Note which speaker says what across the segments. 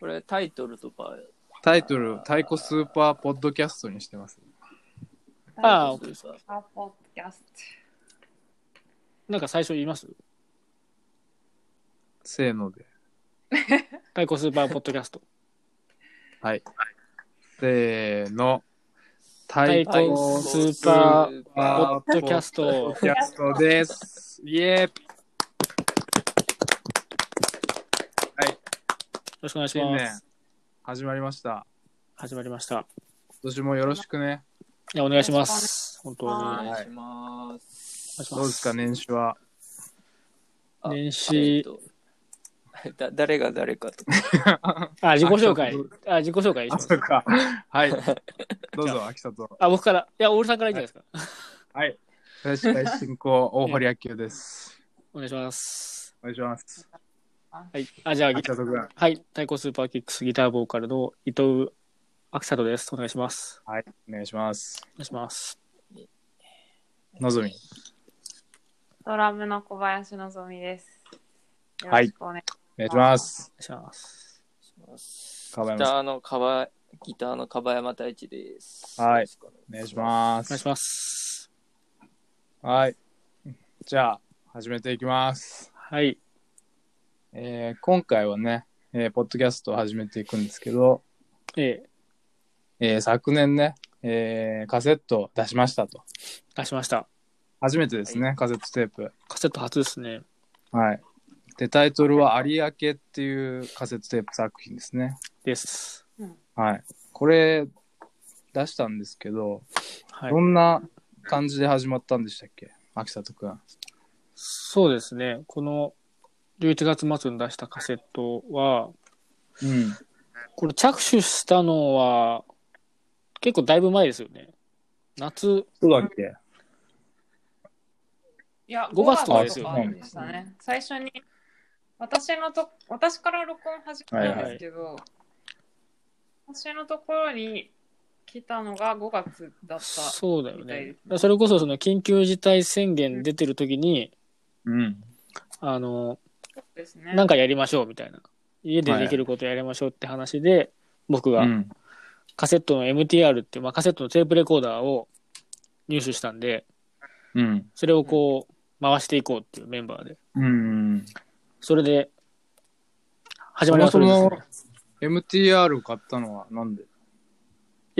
Speaker 1: これタイトルとか。
Speaker 2: タイトルを太鼓スーパーポッドキャストにしてます。
Speaker 3: あ
Speaker 1: タイトルさ
Speaker 3: あ、ポッドキャス
Speaker 4: なんか最初言います
Speaker 2: せーので。
Speaker 4: 太鼓スーパーポッドキャスト。
Speaker 2: はい。せーの。太
Speaker 4: 太
Speaker 2: 鼓
Speaker 4: 鼓スーパーポッドキャスト。
Speaker 2: キャストです。イエーイ
Speaker 4: よろしくお願いし
Speaker 2: 新
Speaker 4: ま
Speaker 2: 年
Speaker 4: す。
Speaker 2: 始まりました。
Speaker 4: 始まりました。
Speaker 2: 今年もよろしくね。
Speaker 4: いや、お願いします。本当に。お
Speaker 1: お
Speaker 4: 願
Speaker 1: 願いします。
Speaker 4: いし
Speaker 2: ど
Speaker 4: ま
Speaker 2: うですすか、年始は。
Speaker 1: あ
Speaker 4: 年
Speaker 1: えっ
Speaker 4: 始、
Speaker 1: と だ誰が誰かとか。
Speaker 4: あ、自己紹介
Speaker 2: あそう。
Speaker 4: あ、自己紹介し
Speaker 2: あ、
Speaker 4: ます
Speaker 2: そ。うか。はい。どうぞ、秋里。
Speaker 4: あ、僕から。いや、オールさんからいいんじゃないですか。
Speaker 2: はい。司会進行、大堀明夫です。
Speaker 4: お願いします。
Speaker 2: お願いします。
Speaker 4: はい。あ、じゃあ、
Speaker 2: 秋里君。
Speaker 4: はい。太鼓スーパーキックスギターボーカルの伊藤明里です。お願いします。
Speaker 2: はい。お願いします。
Speaker 4: お願いします。
Speaker 2: のぞみ。
Speaker 3: ト。ドラムの小林のぞみです。よ
Speaker 2: は
Speaker 3: ろ
Speaker 2: い
Speaker 3: しくお願い
Speaker 2: お願いします。
Speaker 4: お願いします。
Speaker 2: かば
Speaker 1: ギ
Speaker 2: や
Speaker 1: タ
Speaker 2: まさん。
Speaker 1: ーのかばギターのかばやま太一です。
Speaker 2: はい
Speaker 1: よろしく
Speaker 2: お願いしま
Speaker 4: お願い
Speaker 2: す
Speaker 4: し。ます。
Speaker 2: はい。じゃあ、始めていきます。
Speaker 4: はい。
Speaker 2: えー今回はね、えーポッドキャストを始めていくんですけど、
Speaker 4: えー
Speaker 2: えー昨年ね、えーカセットを出しましたと。
Speaker 4: 出しました。
Speaker 2: 初めてですね、カセットテープ。
Speaker 4: カセット初ですね。
Speaker 2: はい。で、タイトルは、有明っていうカセットテープ作品ですね。
Speaker 4: です。
Speaker 2: はい。これ、出したんですけど、
Speaker 4: はい
Speaker 2: ど。んな感じで始まったんでしたっけ秋里くん。
Speaker 4: そうですね。この11月末に出したカセットは、
Speaker 2: うん。
Speaker 4: これ着手したのは、結構だいぶ前ですよね。夏、
Speaker 2: そうだっけ
Speaker 3: いや、
Speaker 4: 5月と
Speaker 2: かですよ
Speaker 3: 5月とかでしたね。最初に、私のと、私から録音始めたんですけど、私のところに来たのが5月だった。
Speaker 4: そうだよ
Speaker 3: みたい
Speaker 4: ね
Speaker 3: で。
Speaker 4: それこそその緊急事態宣言出てる時に、
Speaker 2: うん。
Speaker 4: あの、
Speaker 3: ですね。
Speaker 4: なんかやりましょうみたいな。家でできることやりましょうって話で、僕
Speaker 2: う
Speaker 4: が
Speaker 2: ん。
Speaker 4: カセットの MTR っていう、まあ、カセットのテープレコーダーを入手したんで、
Speaker 2: うん。
Speaker 4: それをこう、回していこうっていうメンバーで。
Speaker 2: うん。
Speaker 4: それで、始まりはそれです
Speaker 2: そ
Speaker 4: ね
Speaker 2: も。そも MTR を買ったのはなんで
Speaker 4: い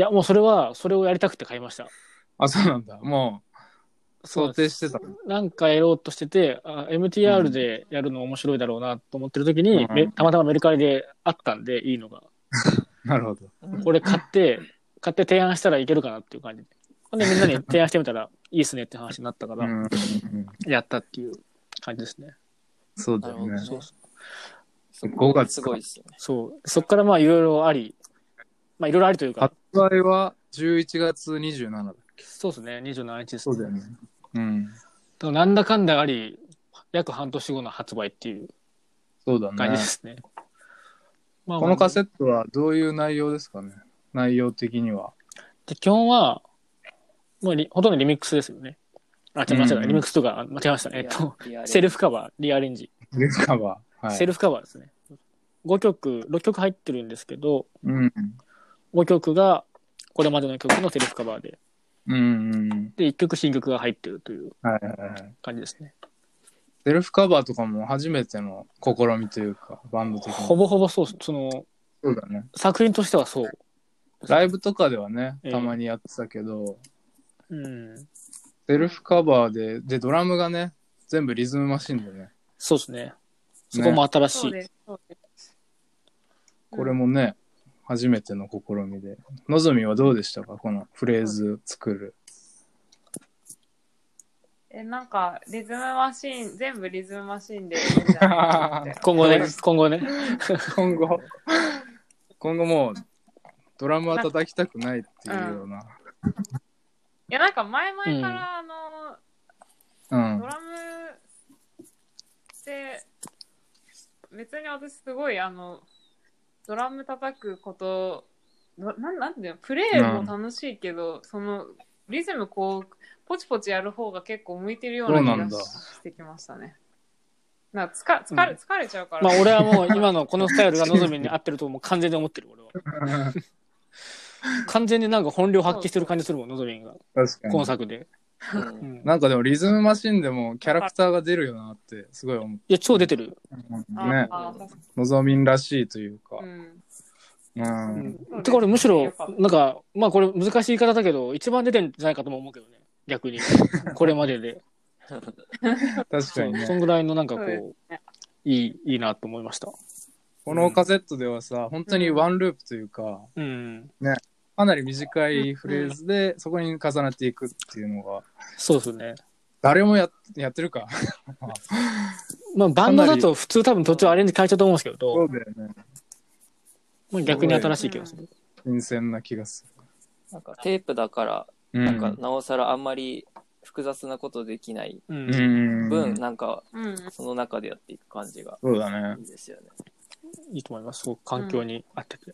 Speaker 4: や、もうそれは、それをやりたくて買いました。
Speaker 2: あ、そうなんだ。もう想定してたの。
Speaker 4: なんかやろうとしてて、あ MTR でやるの面白いだろうなと思ってる時に、
Speaker 2: うん
Speaker 4: めたまたまメルカリであったんで、いいのが。
Speaker 2: なるほど。
Speaker 4: これ買って、買って提案したらいけるかなっていう感じで。ほんで、みんなに提案してみたら、いいっすねって話になったか
Speaker 2: う
Speaker 4: ら、
Speaker 2: ん。
Speaker 4: やったっていう感じですね。
Speaker 2: そう
Speaker 1: な
Speaker 2: だ
Speaker 1: る
Speaker 2: よ
Speaker 1: ほど
Speaker 2: ね
Speaker 1: ね。。
Speaker 2: う5月
Speaker 1: す
Speaker 2: か
Speaker 1: ごいですね。
Speaker 4: そう。そっからまあ、いろいろあり、まあ、いろいろありというか
Speaker 2: 発、売は11月27だ。
Speaker 4: そうですね、27日です、
Speaker 2: そうだよね。うん。
Speaker 4: だからなんだかんだあり、約半年後の発売っていう
Speaker 2: そうだ
Speaker 4: 感
Speaker 2: ね
Speaker 4: じで。すね。まあ
Speaker 2: このカセットはどういう内容ですかね内容的には。
Speaker 4: で基本は、もうリほとんどリミックスですよね。あ、違いました、
Speaker 2: うんうん
Speaker 4: リミックスとか、あ間違えましたね。えっと、セル
Speaker 1: フ。
Speaker 4: フカバー、リアレンジ。
Speaker 2: ですかは。はい。
Speaker 4: セルフカバーですね。5曲、6曲入ってるんですけど、
Speaker 2: うん。
Speaker 4: 5曲がこれまでの曲のセルフカバーで、
Speaker 2: うんうんうん。
Speaker 4: で、1曲新曲が入ってるという
Speaker 2: はいはいはい。
Speaker 4: 感じですね。
Speaker 2: セルフカバーとかも初めての試みというか、バンド的に。
Speaker 4: ほぼほぼそう、その、
Speaker 2: そうだね。
Speaker 4: 作品としてはそう。
Speaker 2: ライブとかではね
Speaker 4: ええ、
Speaker 2: たまにやってたけど、
Speaker 4: うん。
Speaker 2: セルフカバーで、で、ドラムがね、全部リズムマシンでね、
Speaker 4: そうですね。そこも新し
Speaker 3: そう
Speaker 4: い。
Speaker 3: です。そうです。
Speaker 2: これもね、初めての試みで。のぞみはどうでしたかこのフレーズ作る。
Speaker 3: え、なんか、リズムマシン、全部リズムマシンでいいんじゃない かって。
Speaker 4: 今後ね、今後ね。
Speaker 2: 今後、今後もう、ドラムは叩きたくないっていうような。
Speaker 3: いや、なんか前々から、あの、
Speaker 2: うん
Speaker 3: ド。ラムって別に私すごいあのドラム叩くことななんなんていうのプレイも楽しいけど、そのリズムこうポチポチやる方が結構向いてるような
Speaker 2: そうな
Speaker 3: 気
Speaker 2: んだ
Speaker 3: がしてきましたね。なんか疲疲れ疲れちゃうから。
Speaker 4: まあ俺はもう今のこのスタイルがのぞみに合ってるともう完全に思ってる俺 は。完全になんか本領発揮してる感じするもん、のぞみんが。
Speaker 2: 確か
Speaker 4: 今
Speaker 2: に。
Speaker 4: 作で。
Speaker 1: う
Speaker 4: うんん。い
Speaker 2: なんかでもリズムマシンでもキャラクターが出るよなってすごい思
Speaker 4: や、超出てる。
Speaker 2: う。
Speaker 3: あ
Speaker 2: ね。
Speaker 3: あ確か
Speaker 2: のぞみんらしいというか
Speaker 3: に。うん
Speaker 2: うん。
Speaker 3: そう
Speaker 4: てか俺むしろ
Speaker 3: よかっ、た
Speaker 4: なんか、まあこれ難しい言い方だけど、一番出てるんじゃないかとも思うけどね。逆 に。これまでで。
Speaker 2: 確かに
Speaker 4: そ
Speaker 2: ね。
Speaker 4: んぐらいのなんかこ
Speaker 3: そうです
Speaker 4: う、いい、いいなと思いました。
Speaker 2: このカセットではさ、本当にワンループというか、
Speaker 4: うん。
Speaker 2: かなり短いフレーズで、そこに重なっていくっていうのが、
Speaker 4: そうですね。
Speaker 2: 誰もやっやってるか。
Speaker 4: まあバンドだと普通多分途中アレンジ変えちゃうと思うんですけ
Speaker 2: そ
Speaker 4: ど、
Speaker 2: うだよね。
Speaker 4: まあ逆に新しい気がする。
Speaker 2: 新鮮な気がす
Speaker 1: なんかテープだから、
Speaker 2: る。
Speaker 1: なんかなおさらあんまり複雑なことできない
Speaker 4: うん。
Speaker 2: うん。
Speaker 1: 分、なんか
Speaker 3: うん
Speaker 1: その中でやっていく感じが
Speaker 2: そうだね
Speaker 1: い。いですよね。
Speaker 4: いいと思います。すごく環境に合ってて。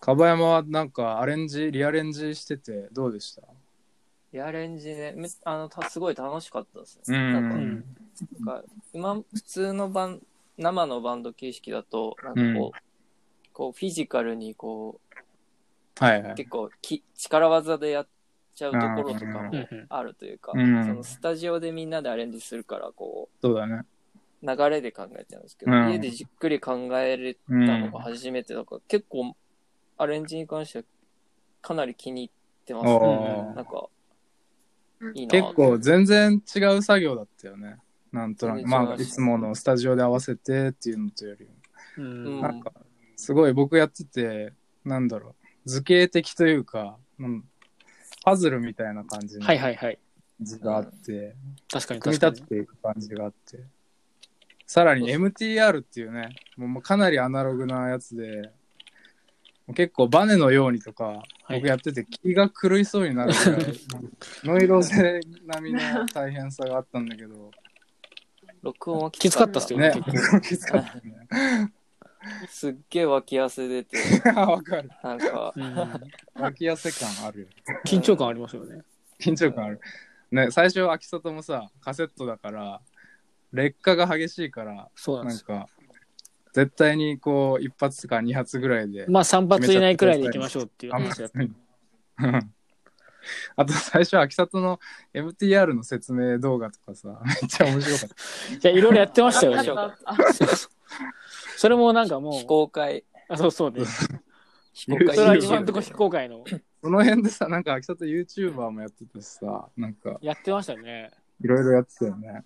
Speaker 2: かばやまはなんかアレンジ、リアレンジしててどうでした
Speaker 1: いやアレンジね、めあのたすごい楽しかったです
Speaker 2: う
Speaker 1: ね。
Speaker 2: ん
Speaker 1: なんか
Speaker 2: う
Speaker 4: うんん。
Speaker 1: なんか今普通のバン生のバンド形式だとなんかこう,、こうフィジカルにこ
Speaker 2: はいは
Speaker 1: う
Speaker 2: い。
Speaker 1: 結構き力技でやっちゃうところとかも
Speaker 4: うんうん
Speaker 1: あるというか、
Speaker 2: うん
Speaker 1: そのスタジオでみんなでアレンジするからこ
Speaker 2: そうだね。
Speaker 1: う流れで考えちゃうんですけど、
Speaker 2: うん
Speaker 1: 家でじっくり考えれ
Speaker 2: う
Speaker 1: たの
Speaker 2: ん
Speaker 1: が。初めてだから、結構アレンジに関してはかなり気に入ってます、ね、
Speaker 2: お
Speaker 1: なんかいいな
Speaker 2: 結構全然違う作業だったよね。なんとなく。
Speaker 1: 全然違う
Speaker 2: まあ、いつものスタジオで合わせてっていうのとよりも。
Speaker 4: うん
Speaker 1: う
Speaker 2: なんんか、すごい僕やってて、なんだろう、図形的というか、うんパズルみたいな感じの
Speaker 4: はいはいはい。
Speaker 2: 図があって、
Speaker 4: 確かに
Speaker 2: 組み
Speaker 4: 確かに
Speaker 2: 立。てていく感じがあって、さらに MTR っていうね、もうもうかなりアナログなやつで、もう結構バネのようにとか、
Speaker 4: はい
Speaker 2: 僕やってて気が狂いそうになるぐら い、ノイローゼ並みの大変さがあったんだけど、
Speaker 1: 録音は
Speaker 4: きつかったっすよ
Speaker 2: ね、
Speaker 4: 結
Speaker 2: きつかったね。
Speaker 1: すっげえ脇汗出て
Speaker 2: わかる。
Speaker 1: なんか
Speaker 4: うん
Speaker 2: 脇汗感あるよ。
Speaker 4: 緊張感ありますよね。
Speaker 2: 緊張感ある。ね、最初、秋里もさ、カセットだから、劣化が激しいから、
Speaker 4: そうなん
Speaker 2: な
Speaker 4: で
Speaker 2: ん
Speaker 4: すよ。
Speaker 2: か、絶対にこう、一発か二発ぐらいで。
Speaker 4: まあ3発以内くらいでいきましょうっていう
Speaker 2: あんま
Speaker 4: 話だった。
Speaker 2: あと最初、秋里の MTR の説明動画とかさ、めっちゃ面白かっ
Speaker 4: いや、いろいろやってましたよ
Speaker 3: あ
Speaker 1: でしょ
Speaker 4: ね。
Speaker 3: ああ
Speaker 4: それもなんかも
Speaker 1: 非
Speaker 4: う、
Speaker 1: 公開
Speaker 4: あそうそうね。
Speaker 1: 非公開
Speaker 4: それは一
Speaker 1: YouTube
Speaker 4: 番とこ非公開の。
Speaker 2: た。その辺でさ、なんか秋里 YouTuber もやってたしさ、なんか、
Speaker 4: やってましたね。
Speaker 2: いろいろやってたよね。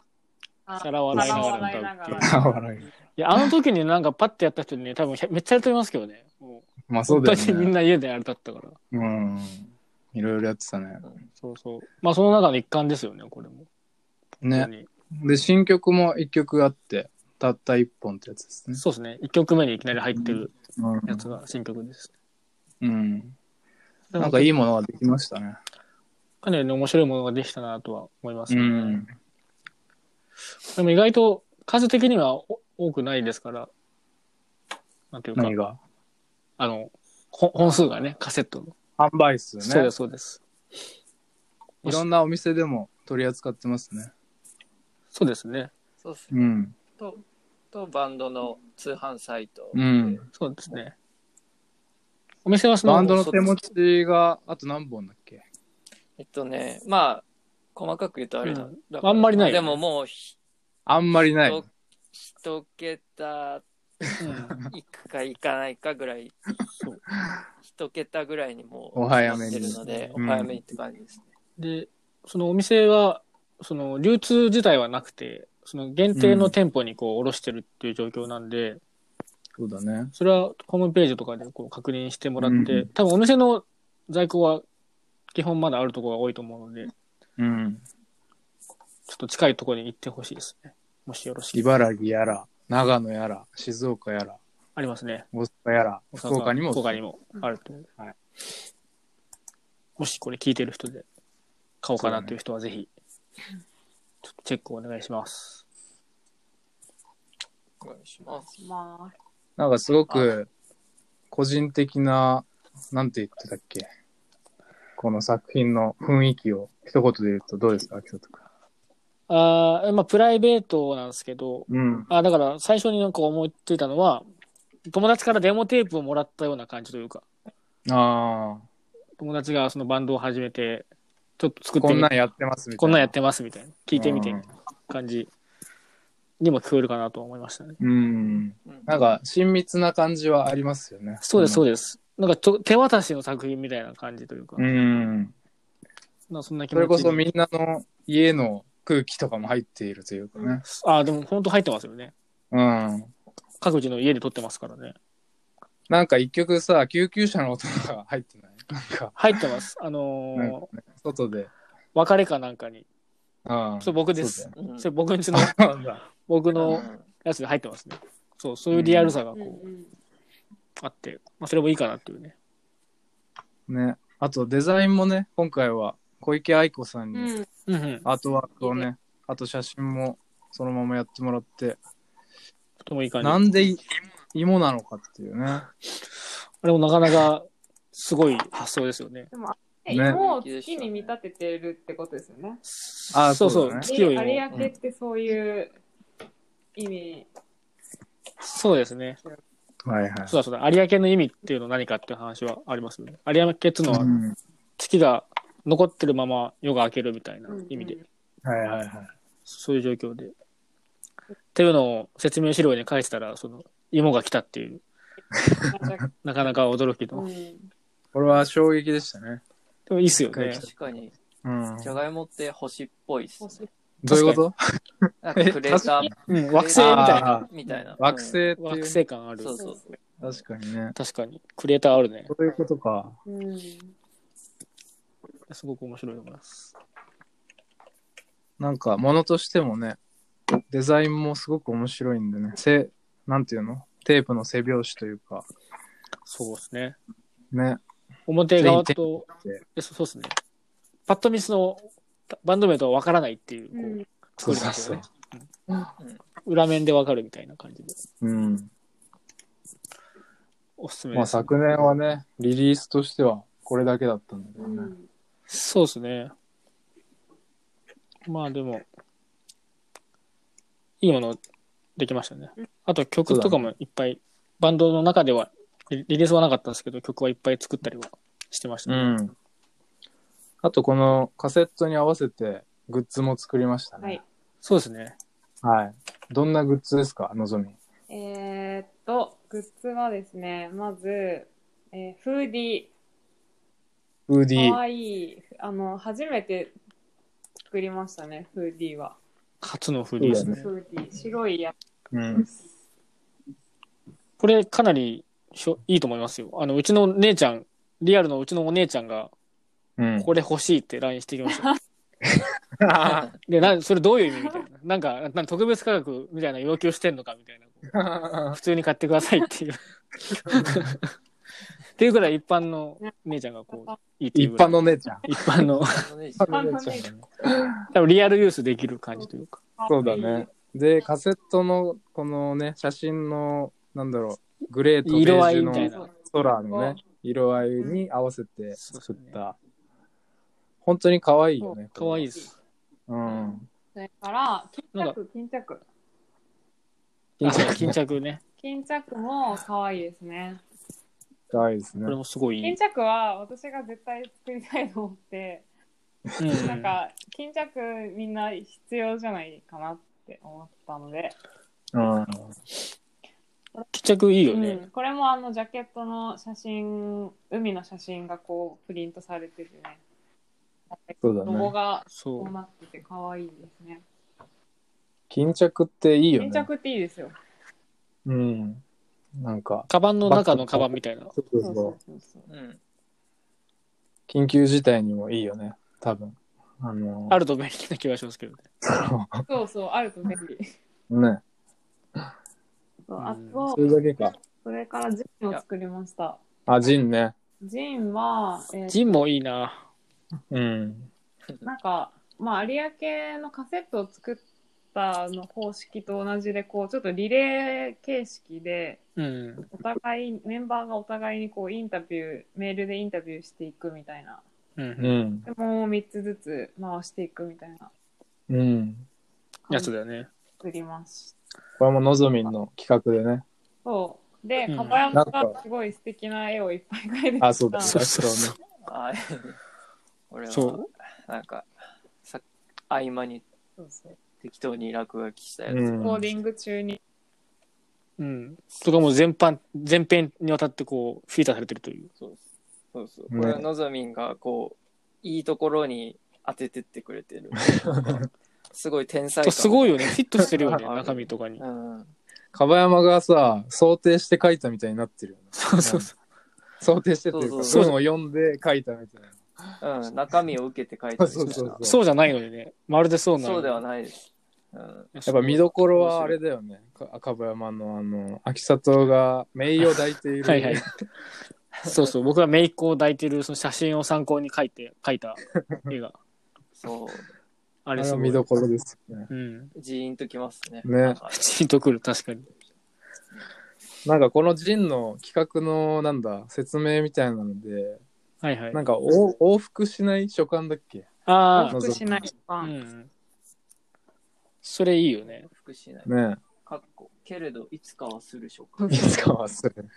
Speaker 3: あ
Speaker 4: 皿を洗いなが
Speaker 3: 皿を洗い
Speaker 4: ら
Speaker 3: な
Speaker 4: 歌
Speaker 3: が
Speaker 4: うっていう
Speaker 3: ら。
Speaker 2: 笑い
Speaker 4: いや、あの時になんかパッてやった人にね、多分めっちゃやると思いますけどね。もう
Speaker 2: まあそう
Speaker 4: 本
Speaker 2: だ
Speaker 4: 当
Speaker 2: よ
Speaker 4: にみん
Speaker 2: ね。
Speaker 4: な家であれだったから。
Speaker 2: うん。いろいろやってたね。
Speaker 4: そうそう。まあその中の一環ですよね、これも。
Speaker 2: ね。
Speaker 4: 本
Speaker 2: で、新曲も一曲あって、たった一本ってやつです
Speaker 4: 当に
Speaker 2: ね。
Speaker 4: そうですね。一曲目にいきなり入ってるやつが新曲です。
Speaker 2: うん。なんかいいものができましたね。
Speaker 4: かなりね面白いものができたなとは思いま
Speaker 2: う
Speaker 4: すね、
Speaker 2: ん。
Speaker 4: でも意外と数的にはお多くないですから、なんていうか
Speaker 2: 何、が
Speaker 4: あの、ほ本数がね、カセットの。
Speaker 2: 販売数ね。
Speaker 4: そうです、そうです。
Speaker 2: いろんなお店でも取り扱ってますね。
Speaker 4: そうですね。
Speaker 1: そうっすね
Speaker 2: うん。
Speaker 1: ととバンドの通販サイト、
Speaker 2: うん。
Speaker 4: そうですね。お店はその、
Speaker 2: バンドの手持ちがあと何本だっけ
Speaker 1: えっとねまあ細かく言うとあれな、
Speaker 4: うん
Speaker 1: だ
Speaker 4: あんまりない
Speaker 1: でももうひ
Speaker 2: あんまりない。
Speaker 1: 一桁
Speaker 4: うん
Speaker 1: いくかいかないかぐらい
Speaker 4: そう
Speaker 1: 一桁ぐらいにもう
Speaker 2: お早めに
Speaker 1: 決まってるので、
Speaker 2: うん
Speaker 1: お早めにって感じですね、
Speaker 4: で、そのお店は、その流通自体はなくて、その限定の店舗にこう、おろしてるっていう状況なんで、
Speaker 2: そうだね。
Speaker 4: それはホームページとかでこう確認してもらって、
Speaker 2: うん
Speaker 4: 多分お店の在庫は基本まだあるところが多いと思うので、ちょ
Speaker 2: うん。
Speaker 4: っと近いところに行ってほしいですね。もしよろしければ。
Speaker 2: 茨城やら、長野やら、静岡やら、
Speaker 4: ありますね。
Speaker 2: 大阪やら、福岡にも。
Speaker 4: 福岡にもあると思う。
Speaker 2: はい
Speaker 4: もしこれ聞いてる人で買おうかなという人はぜひ、ちょっとチェックをお願いします。
Speaker 1: お願いします
Speaker 3: まあ、
Speaker 2: なんかすごく個人的な、なんて言ってたっけこの作品の雰囲気を一言で言うとどうですか、秋里くん。
Speaker 4: あーまあ、プライベートなんですけど、
Speaker 2: うん。
Speaker 4: あだから最初になんか思いついたのは、友達からデモテープをもらったような感じというか、
Speaker 2: あ
Speaker 4: 友達がそのバンドを始めて、ちょっと
Speaker 2: あ、
Speaker 4: 作って
Speaker 2: こん
Speaker 4: み
Speaker 2: な
Speaker 4: て、
Speaker 2: んやってますみたいな。
Speaker 4: こんなんやっててますみたいな、聞いてみて
Speaker 2: うん
Speaker 4: 感じにも聞こえるかなと思いましたね。
Speaker 2: うん。
Speaker 1: うん
Speaker 2: なんか、親密な感じはありますよね。
Speaker 4: そうです、そう
Speaker 2: う
Speaker 4: です。なんかちょ手渡しの作品みたいな感じというか、
Speaker 2: うん。
Speaker 4: なんかそんな気
Speaker 2: そ
Speaker 4: 持ち
Speaker 2: れこそみんなの家の空気とかも入っているというかね。
Speaker 4: あーでも本当入ってますよね。
Speaker 2: うん。
Speaker 4: 各自の家で撮ってますからね。
Speaker 2: なんか一曲さ、救急車の音が入ってないなんか、
Speaker 4: 入ってます。あのー
Speaker 2: なん外で。
Speaker 4: 別れかなんかに。
Speaker 2: うん。
Speaker 4: そう、僕です。
Speaker 1: うん
Speaker 4: それ僕んち の、
Speaker 2: そうなんだ。
Speaker 4: 僕
Speaker 1: う
Speaker 4: の
Speaker 1: ん
Speaker 4: やつで入ってますね。そう、そういうリアルさが
Speaker 3: うんう
Speaker 4: こうんあって、まあ、それもいいかなっていうね。
Speaker 2: ね。あとデザインもね、今回は小池愛子さん
Speaker 3: う
Speaker 2: に
Speaker 3: ん
Speaker 4: うんうん。
Speaker 2: アートワークをね、あと写真もそのままやってもらって、
Speaker 4: とてもいい感じ。
Speaker 2: な
Speaker 4: あ
Speaker 2: んでい芋なのかっていうね。
Speaker 4: れもなかなかすごい発想ですよね。
Speaker 3: でも、
Speaker 2: ね
Speaker 3: 芋を月に見立ててるってことですよね。
Speaker 2: あー
Speaker 4: そ
Speaker 2: そ
Speaker 4: うそうう
Speaker 2: だね
Speaker 4: 月を
Speaker 3: 有
Speaker 4: よ。
Speaker 3: 明ってそういう意味。
Speaker 4: そうですね。
Speaker 2: はいはい。
Speaker 4: そうだそうだ。有明の意味っていうのは何かっていう話はありますよね。有明っていうのは
Speaker 2: うん
Speaker 4: 月が残ってるまま夜が明けるみたいな意味で、
Speaker 3: うん
Speaker 2: はいはいはい。
Speaker 4: そういう状況で。っていうのを説明資料に返したら、その、芋が来たっていう、なかなか驚き
Speaker 3: う
Speaker 4: の。
Speaker 3: ん
Speaker 2: これは衝撃でしたね。
Speaker 4: でもいいっすよ
Speaker 2: 一回
Speaker 4: ね
Speaker 2: 来。
Speaker 1: 確かに、
Speaker 2: うん。
Speaker 1: じゃがいもって星っぽいっすね。
Speaker 2: どういうこと
Speaker 1: なんかクレーター
Speaker 4: うん、惑星みたいな。
Speaker 2: あー
Speaker 1: みたいな。
Speaker 2: 惑星
Speaker 1: う
Speaker 2: っ
Speaker 1: ん
Speaker 2: ていう、
Speaker 4: 惑星感ある
Speaker 1: そ。うそう そう。
Speaker 2: 確かにね。
Speaker 4: 確かに。クリエイターあるね。
Speaker 2: そういうことか。
Speaker 3: うん
Speaker 4: すごく面白いと思います。
Speaker 2: なんか、ものとしてもね、デザインもすごく面白いんでね、せ、なんていうのテープの背拍子というか、
Speaker 4: そうですね。
Speaker 2: ね。
Speaker 4: 表側と
Speaker 2: 全員、
Speaker 4: えそそうですね。パッとミスのバンド名とは分からないっていう、
Speaker 3: う
Speaker 4: こ
Speaker 3: ん
Speaker 4: う、作り方をね。
Speaker 1: うん
Speaker 4: 裏面で分かるみたいな感じで。
Speaker 2: うん。
Speaker 4: おすすめ
Speaker 2: ま
Speaker 4: で
Speaker 2: あ
Speaker 4: す。
Speaker 2: 昨年はね、リリースとしてはこれだけだったんだけど
Speaker 3: う
Speaker 2: ね。
Speaker 3: ん
Speaker 4: そうですね。まあでも、いいものできましたね。あと曲とかもいっぱい、バンドの中ではリリリースはなかったんですけど、曲はいっぱい作ったりはしてました
Speaker 2: う
Speaker 4: ね。
Speaker 2: ん。あと、このカセットに合わせてグッズも作りました
Speaker 3: はい
Speaker 2: ね。。
Speaker 4: そうですね。
Speaker 2: はい。どんなグッズですか、のぞみ。
Speaker 3: えーっと、グッズはですね、まず、えーフーディ
Speaker 2: ウーディ
Speaker 3: ー。かわいい。あの、初めて作りましたね、フーディーは。
Speaker 4: 初のフリーです
Speaker 2: そう
Speaker 4: ね。
Speaker 2: だ
Speaker 3: フーディー。白いや
Speaker 2: うん。
Speaker 3: つ。
Speaker 4: これかなりしょいいと思いますよ。あの、うちの姉ちゃん、リアルのうちのお姉ちゃんが、
Speaker 2: うん。
Speaker 4: これ欲しいって LINE してきました。
Speaker 2: あ
Speaker 4: で、 な、それどういう意味みたいな。なんか、なんか特別価格みたいな要求してんのかみたいな。
Speaker 2: ー
Speaker 4: 普通に買ってください っていう。っていうくらい一般の姉ちゃんがこう、いいってい
Speaker 2: 一
Speaker 4: うぐら
Speaker 2: 般
Speaker 4: い
Speaker 2: の姉ちゃん。
Speaker 4: 一般の、
Speaker 1: あのね
Speaker 2: 一般の姉ちゃんね
Speaker 4: 多分リアルユースできる感じというか。
Speaker 2: そうだね。。で、カセットの、このね、写真の、なんだろう、グレーとベ
Speaker 4: 色
Speaker 2: ー
Speaker 4: 合
Speaker 2: ジ
Speaker 4: い
Speaker 2: ュ
Speaker 4: みたい
Speaker 2: の
Speaker 4: な。
Speaker 2: 空のね、色合いに合わせて作った。本当に可愛いよね。
Speaker 4: かわいいで
Speaker 2: い。
Speaker 4: す。
Speaker 2: うん。
Speaker 3: それから、巾
Speaker 4: なん
Speaker 3: 着、巾着。
Speaker 4: あ巾着ね。
Speaker 3: 巾着も可愛いですね。
Speaker 2: 可愛いです
Speaker 4: これ
Speaker 2: ね。
Speaker 4: もすごいいい
Speaker 3: 巾。着は私が絶対作りたいと思って、
Speaker 4: うん
Speaker 3: なんか、巾着みんな必要じゃないかなって思ったので、
Speaker 2: うん。
Speaker 4: 巾着いいよ
Speaker 3: う
Speaker 4: ね。
Speaker 3: ん、これもあのジャケットの写真海の写真がこうプリントされててね
Speaker 2: そうだ
Speaker 3: ロ
Speaker 2: ね
Speaker 3: ゴが
Speaker 4: そ
Speaker 3: こう
Speaker 4: う。
Speaker 3: なってて可愛いですね
Speaker 2: 巾着っていいよ
Speaker 3: 巾
Speaker 2: ね。
Speaker 3: 着っていいですよ
Speaker 2: うん。なんか、
Speaker 4: カバンの中のカバンみたいな。
Speaker 2: そうそう
Speaker 3: そ
Speaker 2: そうう
Speaker 3: そうそう
Speaker 1: う
Speaker 3: そう
Speaker 1: ん。
Speaker 2: 緊急事態にもいいよね。多分。あのー
Speaker 4: あると便利な気がしますけどね。
Speaker 3: そうそうあると便利
Speaker 2: ね。
Speaker 3: そう
Speaker 4: うん
Speaker 3: あ
Speaker 2: そ
Speaker 3: と
Speaker 2: れだけか。
Speaker 3: それからジンを作りました
Speaker 2: あ、ジンね。
Speaker 3: ジンは、えー
Speaker 4: ジンもいいな。
Speaker 2: うん。
Speaker 3: なんかまあ有明のカセットを作ったの方式と同じでこうちょっとリレー形式で
Speaker 4: うん。
Speaker 3: お互いメンバーがお互いにこうインタビューメールでインタビューしていくみたいな
Speaker 4: う。
Speaker 2: うんん。
Speaker 3: 質問を3つずつ回していくみたいな
Speaker 2: うん。
Speaker 4: やつだよね。
Speaker 3: 作りまし
Speaker 2: これものぞみんの企画でね。
Speaker 3: そう。で、
Speaker 4: うん
Speaker 3: かばや
Speaker 2: な
Speaker 3: ま
Speaker 2: ん
Speaker 3: がすごい素敵な絵をいっぱい描いてくれた。
Speaker 2: あ、そうだ。
Speaker 4: そうそうそう
Speaker 2: ね。
Speaker 1: あ 俺は
Speaker 4: そ
Speaker 1: なんかさ合間に
Speaker 3: そうそう
Speaker 1: 適当に落書きしたやつ、
Speaker 2: うん
Speaker 3: コーディング中に。
Speaker 4: うん。とかもう全般、全編にわたってこう、フィーチャーされてるという。
Speaker 1: そうそうそうそう
Speaker 2: ね
Speaker 1: これはのぞみんがこういいところに当ててってくれてるすごい天才感
Speaker 4: すご
Speaker 1: い、
Speaker 4: いよ ね。フィットしてるよね。
Speaker 1: ある
Speaker 4: 中身とかに
Speaker 1: う。ん、
Speaker 2: かばやまがさ、想定して書いたみたいになってるよね。
Speaker 4: そうそうそ
Speaker 2: 想定してっていう
Speaker 1: そ
Speaker 2: か、そう
Speaker 1: そう
Speaker 2: ういうのを読んで書いたみたいな。
Speaker 1: うん、中身を受けて書いてる
Speaker 2: そうそうそう
Speaker 4: う。そうじゃないのにね。まるでそうなのに
Speaker 1: そうではないです、うん、
Speaker 2: やっぱ見どころはあれだよね。かかばやまのあの、秋里が名誉を抱いている。
Speaker 4: はいはい。そうそう、僕が姪っ子を抱いてるその写真を参考に描いて、描いた絵が。
Speaker 1: そう
Speaker 4: あ
Speaker 2: あ
Speaker 4: れ
Speaker 2: れ
Speaker 4: す
Speaker 2: は
Speaker 4: ごい。
Speaker 2: 見どころですよね。
Speaker 4: うん。
Speaker 1: ジーンときますね
Speaker 2: ね
Speaker 1: なんか
Speaker 4: きちんとくる、確かに。
Speaker 2: なんかこのジンの企画のなんだ、説明みたいなので、
Speaker 4: はいはい。
Speaker 2: なんかお往復しない書簡だっけ
Speaker 4: あ
Speaker 3: 往復しない時
Speaker 4: あ、う
Speaker 3: 間。
Speaker 4: ん。それいいよね。
Speaker 1: 服しない
Speaker 2: ね
Speaker 1: かっこけれどいつかはする所
Speaker 2: え。いつか忘れる。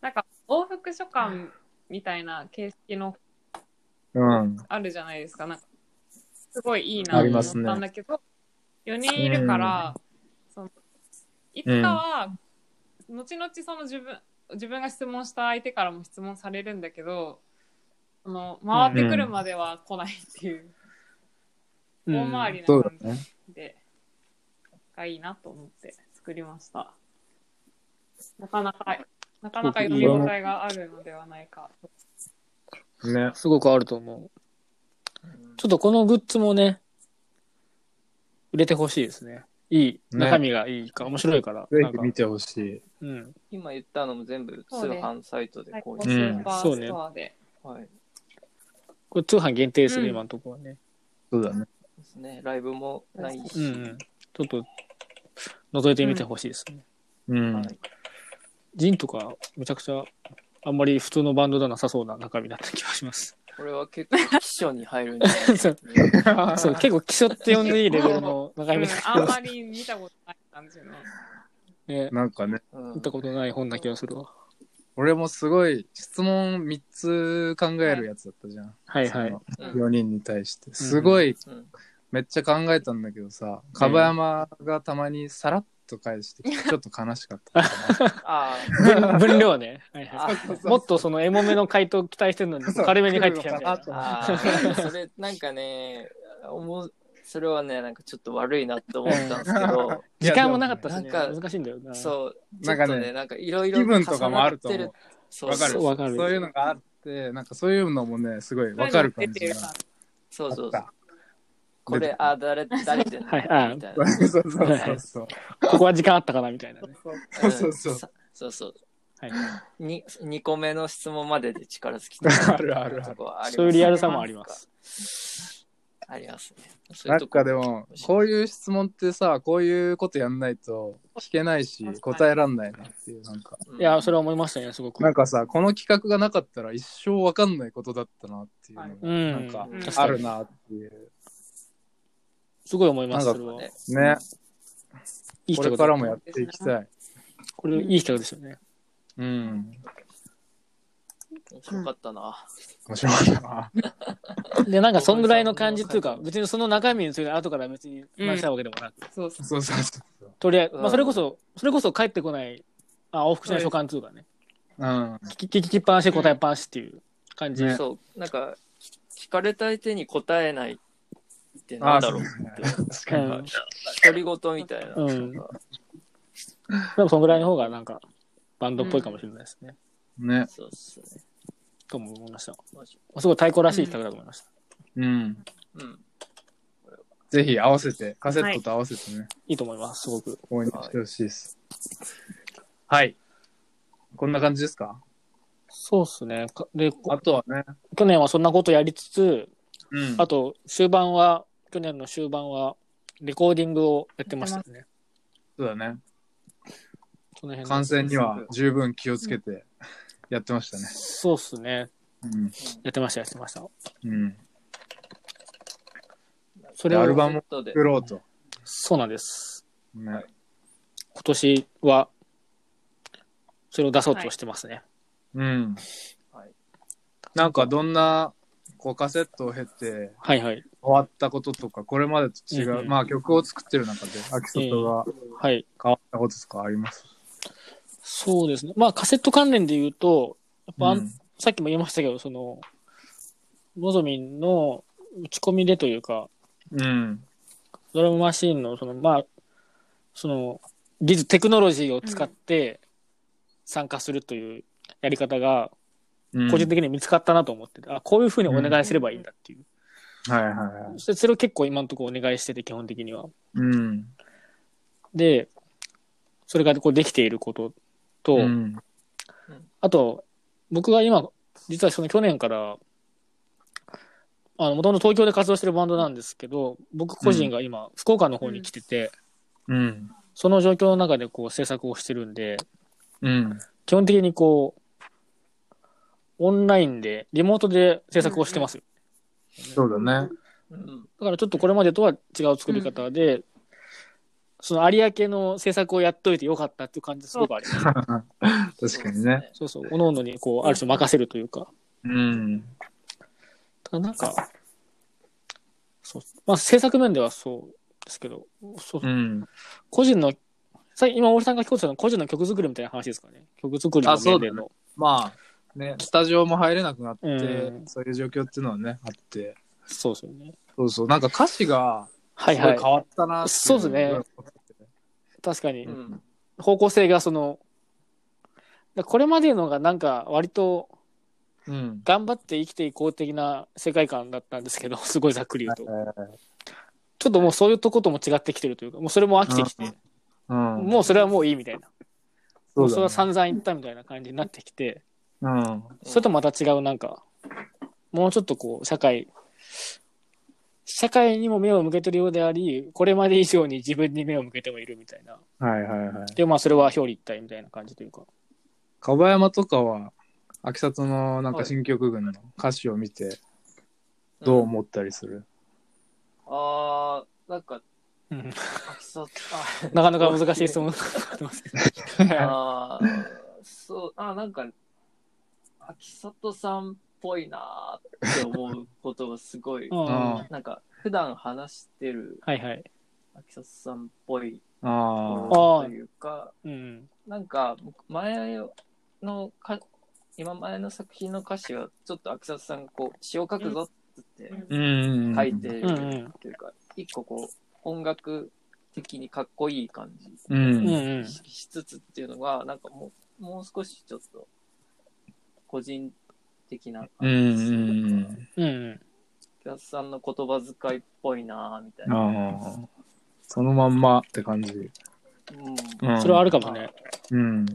Speaker 3: なんか、往復書館みたいな形式の
Speaker 2: うん。
Speaker 3: あるじゃないですか。なんか、すごいいい
Speaker 4: あ
Speaker 3: なと
Speaker 4: り
Speaker 3: 思
Speaker 4: ま
Speaker 3: っ
Speaker 2: すね
Speaker 3: たんだけど、4人いるから、そのいつかは、後々その自分、自分が質問した相手からも質問されるんだけど、その回ってくるまでは来ないっていう、
Speaker 4: うん
Speaker 3: 大回りな
Speaker 2: そう
Speaker 3: 感
Speaker 2: だね。
Speaker 3: じで、がいいなと思って作りました。なかなか、なかなか読み応えがあるのではないか。
Speaker 2: ね。
Speaker 4: すごくあると思う。ちょっとこのグッズもね、売れてほしいですね。いい。
Speaker 2: ね
Speaker 4: 中身がいいか、面白いから。
Speaker 2: ぜ
Speaker 4: なん
Speaker 2: ひ
Speaker 4: か
Speaker 2: 見てほしい。
Speaker 4: うん。
Speaker 1: 今言ったのも全部通
Speaker 3: そうね
Speaker 1: 販サイトで
Speaker 3: はい、ス
Speaker 1: 購入
Speaker 2: うん
Speaker 3: ーパーストアで。
Speaker 1: はい。
Speaker 4: これ通販限定です
Speaker 3: う
Speaker 4: ね、
Speaker 3: ん
Speaker 4: 今のところはね。
Speaker 2: そうだね。
Speaker 1: ですね。ライブもないし。
Speaker 4: うんうん。ちょっと、覗いてみてほしいですね。
Speaker 2: うん
Speaker 1: はい。
Speaker 4: ジンとかめちゃくちゃあんまり普通のバンドではなさそうな中身だった気がします。
Speaker 1: これは結構、秘書に入るんじゃない
Speaker 4: そう
Speaker 1: ですか、
Speaker 4: そう結構基礎って呼んでいいレベルの中
Speaker 3: う
Speaker 4: 身
Speaker 3: ん
Speaker 4: だった
Speaker 3: あんまり見たことない感じの。
Speaker 4: ね。
Speaker 2: なんかね、
Speaker 1: う
Speaker 4: 見たことない本な気がするわ。
Speaker 2: 俺もすごい質問3つ考えるやつだったじゃん。
Speaker 4: はいはい。
Speaker 2: 4人に対して。すごい、
Speaker 1: うん
Speaker 2: めっちゃ考えたんだけどさ、かばやまがたまにさらっと返してきて、ちょっと悲しかった。
Speaker 1: あ
Speaker 4: 分分量ね。はい
Speaker 1: あ、あ
Speaker 4: はい もっとそのエモめの回答を期待してるのに軽めに返ってきたみたい
Speaker 2: そう
Speaker 4: な。
Speaker 1: あー、それ、なんかね、おもそれはね、なんかちょっと悪いなって思ったんですけど、
Speaker 4: 時間もなかったし、ね、
Speaker 1: なんか
Speaker 4: 難しいんだよな。
Speaker 1: そう、ちょ
Speaker 2: な
Speaker 1: っ
Speaker 2: んか
Speaker 1: とね、
Speaker 2: ね、
Speaker 1: なんかいろいろ
Speaker 2: 気分とかもあると
Speaker 1: 重なっ
Speaker 2: 思
Speaker 1: て
Speaker 2: う。
Speaker 1: そう
Speaker 2: わかる。
Speaker 1: そう
Speaker 4: わかる
Speaker 2: そういうのがあって、なんかそういうのもね、すごいわかる感じ
Speaker 3: 出て
Speaker 2: が
Speaker 3: る感
Speaker 1: そうそう
Speaker 2: あった
Speaker 1: これ、あ、誰、誰でんの
Speaker 4: はいあー
Speaker 1: みたい
Speaker 2: そう
Speaker 1: な。
Speaker 2: そうそうそう。
Speaker 4: ここは時間あったかなみたいなね。
Speaker 2: そうそうそうん
Speaker 1: さそうそう。
Speaker 4: はい、
Speaker 1: に2個目の質問までで力尽きて
Speaker 2: あるあるある
Speaker 1: とこはあります
Speaker 4: そういうリアルさもあります。
Speaker 1: ありますね。そうい
Speaker 2: な
Speaker 1: うんとこ
Speaker 2: かでも、こういう質問ってさ、こういうことやんないと聞けないし
Speaker 3: 確か、に
Speaker 2: 答えらんないなっていう、なんか。
Speaker 1: うん
Speaker 4: いや、それは思いましたね、すごく。
Speaker 2: なんかさ、この企画がなかったら一生わかんないことだったなっていうの
Speaker 4: う
Speaker 2: が、
Speaker 4: ん。
Speaker 2: なんか
Speaker 1: うん、
Speaker 2: あるなっていう。
Speaker 4: すごい思います、
Speaker 2: な
Speaker 4: そ
Speaker 2: んか
Speaker 4: れは。
Speaker 1: ね
Speaker 2: ね、
Speaker 4: いい
Speaker 2: こ
Speaker 4: 人
Speaker 2: れ
Speaker 4: が
Speaker 2: からもやっていきたい。
Speaker 4: これ、いい人ですよね。
Speaker 2: うん。
Speaker 1: 面白かったな。
Speaker 2: 面白かったな。
Speaker 4: で、なんかそんぐらいの感じっていうか、別にその中身について後から別に話したわけでもなく、
Speaker 3: じそうそう。
Speaker 2: そうそうそう。
Speaker 4: とりあえず、
Speaker 1: うん
Speaker 4: まあ、それこそ、それこそ帰ってこない、あ、往復しない所感っていうかね、
Speaker 2: うん。
Speaker 4: 聞き聞きっぱなし、答えっぱなしっていう感じ。
Speaker 2: ね
Speaker 1: そう、なんか、聞かれた相手に答えないってなんだろうって。
Speaker 2: 確
Speaker 4: う
Speaker 2: かに。
Speaker 4: ん。
Speaker 1: 独り言みたいな。
Speaker 4: うん
Speaker 1: なんか
Speaker 4: でもそんぐらいの方がなんか、バンドっぽいかもしれないですね。
Speaker 2: ね。
Speaker 1: そうっすね。
Speaker 4: とも思いました。
Speaker 1: 面白い
Speaker 4: すごい太鼓らしい企画だと思いました。
Speaker 2: うん。
Speaker 1: うん。
Speaker 2: ぜひ合わせて、カセットと合わせてね、
Speaker 4: いいと思います、すごく。
Speaker 2: 応援してほしいです。はい。こんな感じですか
Speaker 4: そうっすね。かで、こ
Speaker 2: あとはね、
Speaker 4: 去年はそんなことやりつつ、
Speaker 2: うん。
Speaker 4: あと、終盤は、去年の終盤は、レコーディングをやってましたよね。
Speaker 2: そうだね。
Speaker 4: その辺の
Speaker 2: 感染には十分気をつけてやってましたね。
Speaker 4: そうっすね。やってました、やってました。
Speaker 2: うん。うん。
Speaker 4: それを
Speaker 2: アルバム
Speaker 1: セットで
Speaker 2: 作ろうと。
Speaker 4: そうなんです。
Speaker 2: ね
Speaker 1: はい
Speaker 4: 今年は、それを出そうとしてますね。
Speaker 2: うん
Speaker 1: はい。
Speaker 2: なんかどんな、こうカセットを経て、
Speaker 4: はいはい。
Speaker 2: 変わったこととか、これまでと違
Speaker 4: うん
Speaker 2: う、
Speaker 4: うん
Speaker 2: まあ曲を作ってる中で、秋里が
Speaker 4: はい。
Speaker 2: 変わったこととかあります
Speaker 4: そうですね。まあ、カセット関連で言うと、やっぱ、
Speaker 2: うん
Speaker 4: さっきも言いましたけど、その、のぞみんの打ち込みでというか、
Speaker 2: うん。
Speaker 4: ドラムマシーンの、その、まあ、その、技術、テクノロジーを使って参加するというやり方が、
Speaker 2: うん
Speaker 4: 個人的に見つかったなと思ってて、あ、こういうふうにお願いすればいいんだっていう。
Speaker 2: はいはいはい。
Speaker 4: そそれを結構今のところお願いしてて、基本的には。
Speaker 2: うん。
Speaker 4: で、それがこうできていることと、
Speaker 2: うん。
Speaker 4: あと、僕が今、実はその去年から、あの、もともと東京で活動してるバンドなんですけど、僕個人が今、福岡の方に来てて、
Speaker 2: うん。
Speaker 4: その状況の中でこう制作をしてるんで、
Speaker 2: うん。
Speaker 4: 基本的にこう、オンラインで、リモートで制作をしてます。
Speaker 2: そうだね。
Speaker 1: うん。
Speaker 4: だからちょっとこれまでとは違う作り方で、その有明の制作をやっといてよかったっていう感じすごくあります。
Speaker 2: 確かにね。
Speaker 4: そうそう、おののにこう、ある種任せるというか、
Speaker 2: うん。
Speaker 4: ただなんか、そう、まあ制作面ではそうですけど、そう
Speaker 2: うん。
Speaker 4: 個人の、さ今、森さんが聞こうとしたのは個人の曲作りみたいな話ですかね。曲作りの
Speaker 2: あそ
Speaker 4: 面
Speaker 2: うだ
Speaker 4: で
Speaker 2: ね
Speaker 4: の。
Speaker 2: まあ、ね、スタジオも入れなくなって、
Speaker 4: うん
Speaker 2: そういう状況っていうのはね、あって。
Speaker 4: そうですよね。
Speaker 2: そうそう。なんか歌詞が、
Speaker 4: はい
Speaker 2: すごい
Speaker 4: は
Speaker 2: 変
Speaker 4: い。
Speaker 2: わったなってい
Speaker 4: そうですね。確かに、
Speaker 1: うん。
Speaker 4: 方向性がその、だこれまでのがなんか割と
Speaker 2: うん。
Speaker 4: 頑張って生きていこう的な世界観だったんですけど、 すごいざっくり言うと。ちょっともうそういうとことも違ってきてるというか、もうそれも飽きてきて、
Speaker 2: うん。
Speaker 4: もうそれはもういいみたいな。
Speaker 2: そ
Speaker 4: もう
Speaker 2: う
Speaker 4: そ
Speaker 2: だね
Speaker 4: れは散々言ったみたいな感じになってきて、
Speaker 2: うん。
Speaker 4: それとまた違うなんか、もうちょっとこう、社会、社会にも目を向けてるようであり、これまで以上に自分に目を向けてもいるみたいな。
Speaker 2: はいはいはい。
Speaker 4: で、まあそれは表裏一体みたいな感じというか。
Speaker 2: かばやまとかは、秋里のなんか新曲群の歌詞を見て、どう思ったりする、
Speaker 1: あー、なんか、
Speaker 4: うん
Speaker 1: 秋里、
Speaker 4: なかなか難しい質問がありますけど。
Speaker 1: ああー、そう、あーなんか、秋里さんっぽいなーって思うことがすごい、
Speaker 4: うんは
Speaker 1: なんか、普段話してる
Speaker 4: いはい。
Speaker 1: 秋里さんっぽい
Speaker 2: ああ。
Speaker 1: というか、
Speaker 4: うん。
Speaker 1: なんか、前のか、今前の作品の歌詞は、ちょっと秋里さんがこう、詩を書くぞって言って
Speaker 2: うん。
Speaker 1: 書いて。る
Speaker 4: うんうん
Speaker 1: というか、一個こう、音楽的にかっこいい感じ。
Speaker 2: う。
Speaker 4: うんん
Speaker 1: 意識しつつっていうのが、なんかもう、もう少しちょっと、個人的な
Speaker 2: うん。う
Speaker 1: 感じ
Speaker 2: ん。
Speaker 4: うん。うん
Speaker 1: キャスさんの言葉遣いっぽいなぁ、みたいな。
Speaker 2: ああ。そのまんまって感じ。
Speaker 1: うん。
Speaker 2: うん、
Speaker 4: それはあるかもね。
Speaker 2: うん。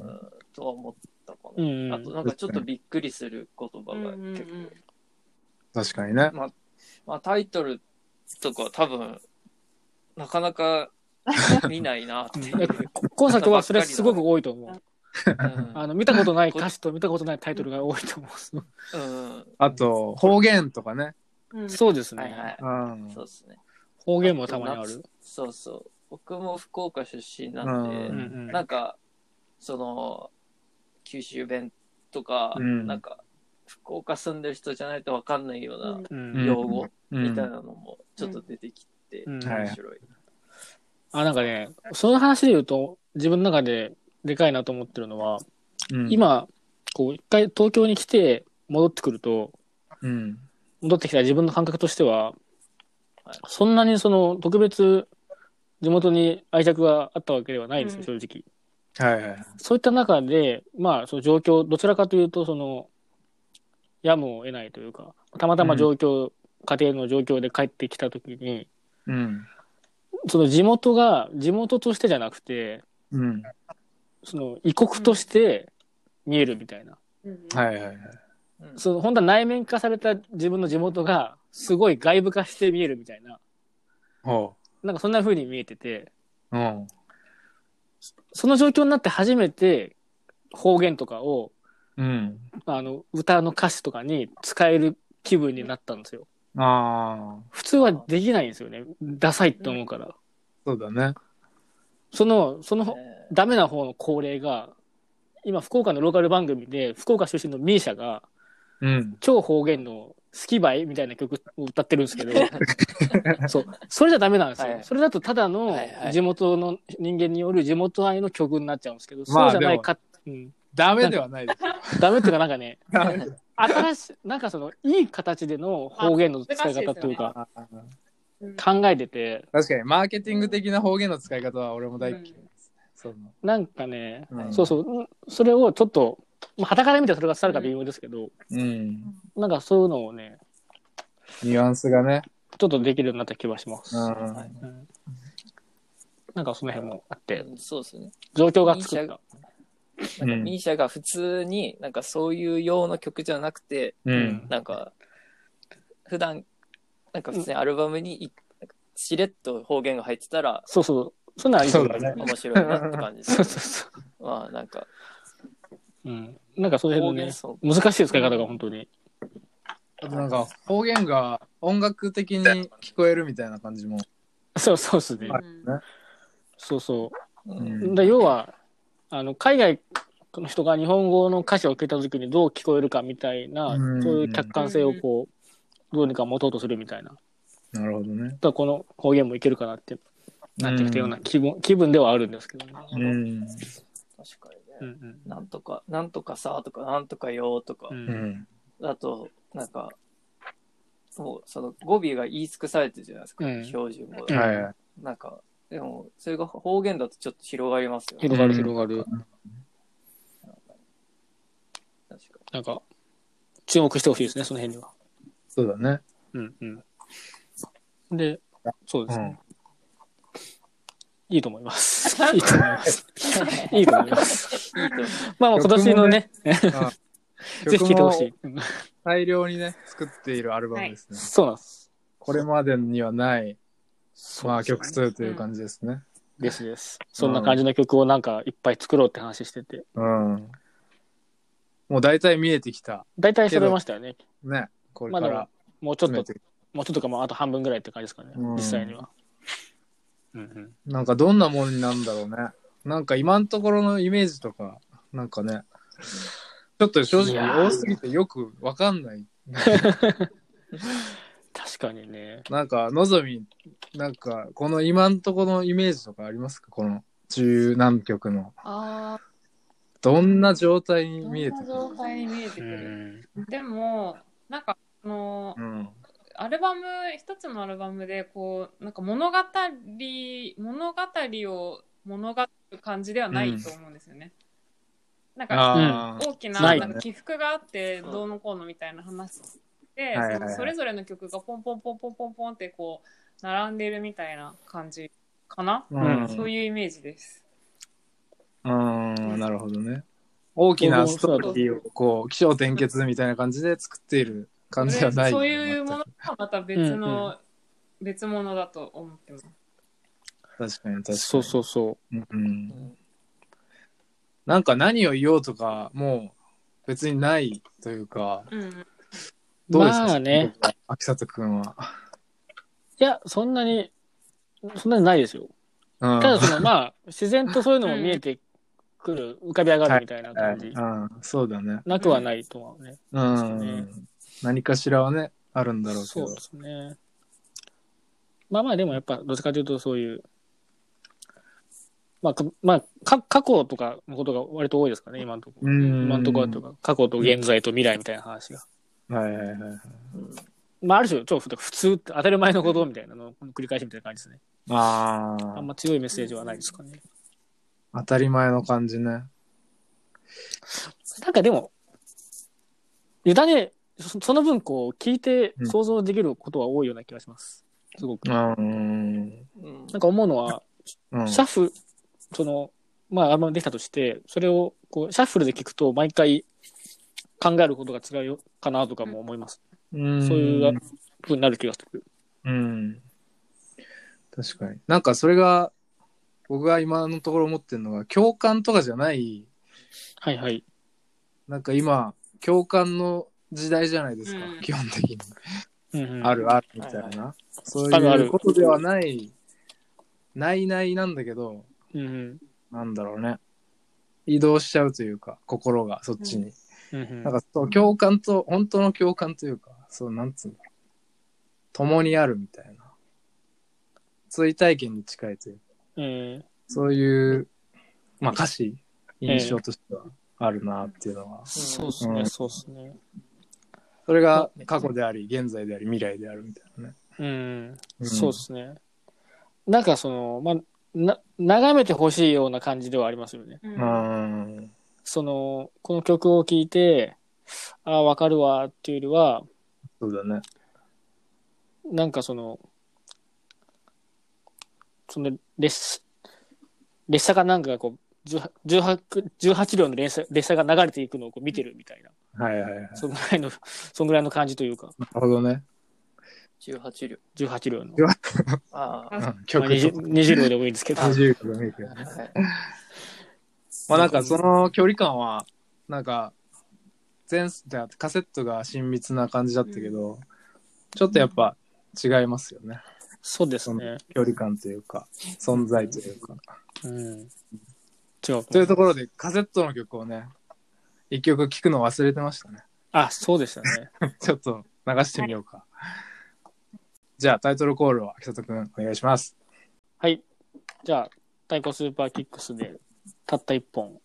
Speaker 1: とは思ったか
Speaker 4: う
Speaker 1: な。
Speaker 4: んう
Speaker 1: あ
Speaker 4: ん
Speaker 1: と、。なんかちょっとびっくりする言葉が
Speaker 3: うんうんう
Speaker 1: 結構。
Speaker 3: ん
Speaker 2: 確かにね。
Speaker 1: まあ、まあ、タイトルとか多分、なかな か見ないなって いう。
Speaker 4: こ今作はそれすごく多いと思う。
Speaker 1: うん
Speaker 4: あの、見たことない歌詞と見たことないタイトルが多いと思う。
Speaker 1: うん。
Speaker 2: あと、方言とかね。
Speaker 3: うん
Speaker 4: そうです
Speaker 1: はいは
Speaker 4: ね。
Speaker 1: い。
Speaker 2: うん。
Speaker 1: そうですね。
Speaker 4: 方言もたまにある。
Speaker 1: そうそう。僕も福岡出身なんで、
Speaker 2: う
Speaker 4: うんん
Speaker 1: なんか、その、九州弁とか、
Speaker 2: うん
Speaker 1: なんか、福岡住んでる人じゃないとわかんないよう
Speaker 4: うん。う
Speaker 1: なん用語
Speaker 2: う
Speaker 1: み
Speaker 2: ん
Speaker 1: たいなのもちょっと出てきて、
Speaker 4: うん
Speaker 1: 面
Speaker 4: はい
Speaker 1: 白い。
Speaker 4: あ、なんかね、その話で言うと、自分の中ででかいなと思ってるのは、
Speaker 2: うん、
Speaker 4: 今、こう、一回東京に来て戻ってくると、
Speaker 2: うん。
Speaker 4: 戻ってきた自分の感覚としては
Speaker 1: はい、
Speaker 4: そんなにその、特別、地元に愛着があったわけではないですよ、正
Speaker 3: う
Speaker 4: 直。
Speaker 2: はいはい。
Speaker 4: そういった中で、まあ、その状況、どちらかというと、その、やむを得ないというか、たまたま状況、家庭の状況で帰ってきたときに、
Speaker 2: うん。
Speaker 4: その地元が、地元としてじゃなくて、
Speaker 2: うん。
Speaker 4: その異国として見えるみたいな。
Speaker 3: うん
Speaker 2: はいはいはい。
Speaker 1: うん
Speaker 4: その本当は内面化された自分の地元がすごい外部化して見えるみたいな。
Speaker 2: ほ
Speaker 4: なんかそんな風に見えてて、
Speaker 2: う。うん。
Speaker 4: その状況になって初めて方言とかを、
Speaker 2: うん。
Speaker 4: あの、歌の歌詞とかに使える気分になったんですよ。
Speaker 2: ああ。
Speaker 4: 普通はできないんですよね。ダサいって思うから。
Speaker 2: そうだね。
Speaker 4: その、その、
Speaker 1: え
Speaker 4: ダメな方の恒例が、今、福岡のローカル番組で、福岡出身のミーシャが、
Speaker 2: うん。
Speaker 4: 超方言の「好きばい」みたいな曲を歌ってるんです けどそうそれじゃダメなんですよ、
Speaker 1: はい
Speaker 4: それだとただの
Speaker 1: はいはい
Speaker 4: 地元の人間による地元愛の曲になっちゃうんですけど、
Speaker 2: まあ
Speaker 4: そうじゃないか、うん、
Speaker 2: ダメではないです。
Speaker 4: ダメっていうかなんかね
Speaker 2: ダ メだ
Speaker 4: 新しいなん かそのいい形での方言の使い方というか、
Speaker 2: あー
Speaker 4: 考えてて
Speaker 2: 確かに、マーケティング的な方言の使い方は俺も大嫌いです。その
Speaker 4: なんかね、
Speaker 2: うん
Speaker 4: そうそううんそれをちょっとはたから見てそれが伝わるか微妙ですけど、
Speaker 2: うん。
Speaker 4: なんかそういうのをね
Speaker 2: ニュアンスがね。
Speaker 4: ちょっとできるようになった気はします、
Speaker 2: うん。
Speaker 4: うんなんかその辺もあって
Speaker 1: ーそうですね。
Speaker 4: 状況が作
Speaker 1: ミーシャ
Speaker 4: っ
Speaker 1: が
Speaker 4: た。
Speaker 1: なんか
Speaker 2: うん
Speaker 1: ミーシャが普通になんかそういう用の曲じゃなくて、
Speaker 2: うん。
Speaker 1: なんか普段なんか普通にアルバムにいなんかしれっと方言が入ってたら
Speaker 4: そうそう。そんなのいいと思
Speaker 2: そうだね
Speaker 1: 面白いなって感じで
Speaker 4: そう
Speaker 1: す。
Speaker 4: そうそ
Speaker 1: まあなんか
Speaker 4: う。うん。なんかその
Speaker 1: 方
Speaker 4: 辺の
Speaker 1: 言
Speaker 4: ね、
Speaker 1: そう。
Speaker 4: 難しい使い方が本当に。
Speaker 2: あとなんか、方言が音楽的に聞こえるみたいな感じも。
Speaker 4: そうそうですね。
Speaker 2: は
Speaker 4: そうそう
Speaker 2: うんん
Speaker 4: う。で要は、あの、海外の人が日本語の歌詞を聞いた時にどう聞こえるかみたいな、
Speaker 2: うん
Speaker 4: そういう客観性をこう、どうにか持とうとするみたいな。だか
Speaker 2: なるほどね。
Speaker 4: らこの方言もいけるかなって、なってきたような気分、気分ではあるんですけどね。
Speaker 2: うん。
Speaker 1: 確か
Speaker 4: う
Speaker 1: にね。
Speaker 4: ん
Speaker 1: なんとか、なんとかさとか、なんとかよとか
Speaker 4: う、ん。
Speaker 2: う
Speaker 4: うん。
Speaker 2: ん。
Speaker 1: あと、なんか、もうその語尾が言い尽くされてるじゃないですか、
Speaker 4: うん
Speaker 1: 標準語
Speaker 4: う
Speaker 1: で
Speaker 4: ん。
Speaker 2: はいはい。
Speaker 1: なんか、でも、それが方言だとちょっと広がりますよね。
Speaker 4: 広がる広がる。
Speaker 1: 確か
Speaker 4: なんか、注目してほしいですね、その辺には。
Speaker 2: そうだね。
Speaker 4: うんうん。で、そうです
Speaker 2: う
Speaker 4: ね。
Speaker 2: ん
Speaker 4: いいと思い ます。いいと思います。いいと思います。
Speaker 1: に。いいと思う
Speaker 4: まあまあ今年のね、 ぜひ聴いてほし
Speaker 2: 曲も
Speaker 4: い。うん
Speaker 2: 大量にね、作っているアルバムですね。
Speaker 4: そうなんです。
Speaker 2: これまでにはない、まあ曲
Speaker 4: そう
Speaker 2: 数という感じですね。
Speaker 4: ですです。そんな感じの曲をなんかいっぱい作ろうって話してて。
Speaker 2: うん。もう大体見えてきた。
Speaker 4: 大体揃いましたよね。
Speaker 2: ね。これ
Speaker 4: ま
Speaker 2: か
Speaker 4: あで
Speaker 2: ら
Speaker 4: も。、もうちょっと、もうちょっとかもうあと半分ぐらいって感じですかね。
Speaker 2: うん
Speaker 4: 実際には。うんうん。
Speaker 2: なんかどんなものになるんだろうね。なんか今のところのイメージとか、なんかね、ちょっと正直
Speaker 4: いやー
Speaker 2: 多すぎてよくわかんない。
Speaker 4: 確かにね。
Speaker 2: なんか、のぞみ、なんか、この今のところのイメージとかありますかこの十何曲の。
Speaker 3: あ
Speaker 2: どんな状態
Speaker 3: あ、
Speaker 2: に
Speaker 3: ど
Speaker 2: 見えて
Speaker 3: んな
Speaker 2: る
Speaker 3: 状態に見えてく
Speaker 4: う
Speaker 3: る。
Speaker 4: ん。
Speaker 3: でも、なんか、あの
Speaker 2: うん。
Speaker 3: アルバム、一つのアルバムで、こう、なんか物語、物語を物語る感じではないと思うんですよね。なんか、
Speaker 2: ああ、
Speaker 3: 大きな
Speaker 4: ない
Speaker 3: なんか起伏があって
Speaker 1: うん
Speaker 3: どうのこうのみたいな話で、
Speaker 2: はいはいはい
Speaker 3: そのそれぞれの曲がポンポンポンポンポンポンってこう並んでるみたいな感じかな、
Speaker 2: うん
Speaker 3: そういうイメージです。
Speaker 2: うん、なるほどね。大きなストーリーを、こう、起承転結みたいな感じで作っている感じではない。
Speaker 3: そういうものはまた別
Speaker 4: う
Speaker 3: の、別物だと思ってます。
Speaker 2: 確かに確かに。
Speaker 4: そうそうそう。
Speaker 2: うん。うんなんか何を言おうとか、もう別にないというか、
Speaker 3: うんうん
Speaker 2: どうですか、
Speaker 4: まあね。
Speaker 2: 秋里くんは。
Speaker 4: いや、そんなに、そんなにないですよ。
Speaker 2: うん。
Speaker 4: ただその、まあ、自然とそういうのも見えてくる、浮かび上がるみたいな
Speaker 2: はい
Speaker 4: 感じ。
Speaker 2: うん、そうだね。
Speaker 4: なくはないとはね。
Speaker 2: う
Speaker 4: ね
Speaker 2: ん。何かしらはね、あるんだろうけ
Speaker 4: そ
Speaker 2: ど。
Speaker 4: うですね。まあまあ、でもやっぱ、どっちかというとそういう、まあ、かまあ、か過去とかのことが割と多いですかね、今のところ。
Speaker 2: ん
Speaker 4: 今のところとか、過去と現在と未来みたいな話が。
Speaker 2: はいはいはい。
Speaker 1: うん
Speaker 4: まあ、ある種、超普通、当たり前のことみたいなのを繰り返しみたいな感じですね。
Speaker 2: あ
Speaker 4: あん
Speaker 2: あ、
Speaker 4: ま強いメッセージはないですかね。
Speaker 2: 当たり前の感じね。
Speaker 4: なんかでも、委ね、そその分こう、聞いて
Speaker 2: うん
Speaker 4: 想像できることは多いような気がします。すごく。な
Speaker 2: う
Speaker 1: う
Speaker 2: ん。
Speaker 1: ん
Speaker 4: んか思うのは、
Speaker 2: うん
Speaker 4: シャッフル、その、まあ、あんまできたとして、それを、こう、シャッフルで聞くと、毎回考えることが違うかなとかも思います。
Speaker 2: うん
Speaker 4: そういう風になる気がする。
Speaker 2: うん。確かに。なんかそれが、僕が今のところ思ってるのが、共感とかじゃない、
Speaker 4: はいはい。
Speaker 2: なんか今、共感の時代じゃないですか、
Speaker 3: うん
Speaker 2: 基本的に。
Speaker 4: うんうん
Speaker 2: あるあるみたい
Speaker 1: はい
Speaker 2: な。そう
Speaker 4: あるあ
Speaker 2: いう
Speaker 4: る
Speaker 2: ことではないないないなんだけど、
Speaker 4: うん
Speaker 2: なんだろうね。移動しちゃうというか、心がそっちに。
Speaker 4: うんうん
Speaker 2: なんかそう、共感と、本当の共感というか、そう、なんつうんだろう。共にあるみたいな。追体験に近いというか、
Speaker 4: うん
Speaker 2: そういう、まあ歌詞、印象としてはあるなっていうのは。
Speaker 4: そうっす
Speaker 2: う
Speaker 4: ね、
Speaker 2: ん
Speaker 4: そうっすね。
Speaker 2: それが過去であり、現在であり、未来であるみたいなね。
Speaker 4: うん、
Speaker 2: ん
Speaker 4: そうっすね。なんかその、まあ、な眺めてほしいような感じではありますよね。
Speaker 3: う
Speaker 2: うんん。
Speaker 4: その、この曲を聴いて、ああ、わかるわっていうよりは、
Speaker 2: そうだね。
Speaker 4: なんかその、その列列車かなんかがこう18 18, 18両の列車列車が流れていくのをこう見てるみたいな、
Speaker 2: はいはいはい。な
Speaker 4: そんぐらいの、そんぐらいの感じというか、
Speaker 2: るほど ね。
Speaker 1: 18両。
Speaker 4: 18両の、
Speaker 2: よ
Speaker 1: ああ。
Speaker 3: あ
Speaker 2: うん
Speaker 4: まあ、
Speaker 2: 曲と
Speaker 4: 20, 20両でもいいんですけど、
Speaker 2: 20曲見て。
Speaker 1: はい
Speaker 2: まあなんかその距離感は、なんか、全、じゃあカセットが親密な感じだったけど、ちょっとやっぱ違いますよね。
Speaker 4: そうです
Speaker 2: そ
Speaker 4: ね
Speaker 2: の。距離感というか、存在というか。
Speaker 4: うん。違う。
Speaker 2: というところで、カセットの曲をね、一曲聴くの忘れてましたね。
Speaker 4: あ、そうでしたね。
Speaker 2: ちょっと流してみようか。じゃあタイトルコールを秋里くんお願いします。
Speaker 4: はい。じゃあ、太鼓スーパーキックスで、たった一本。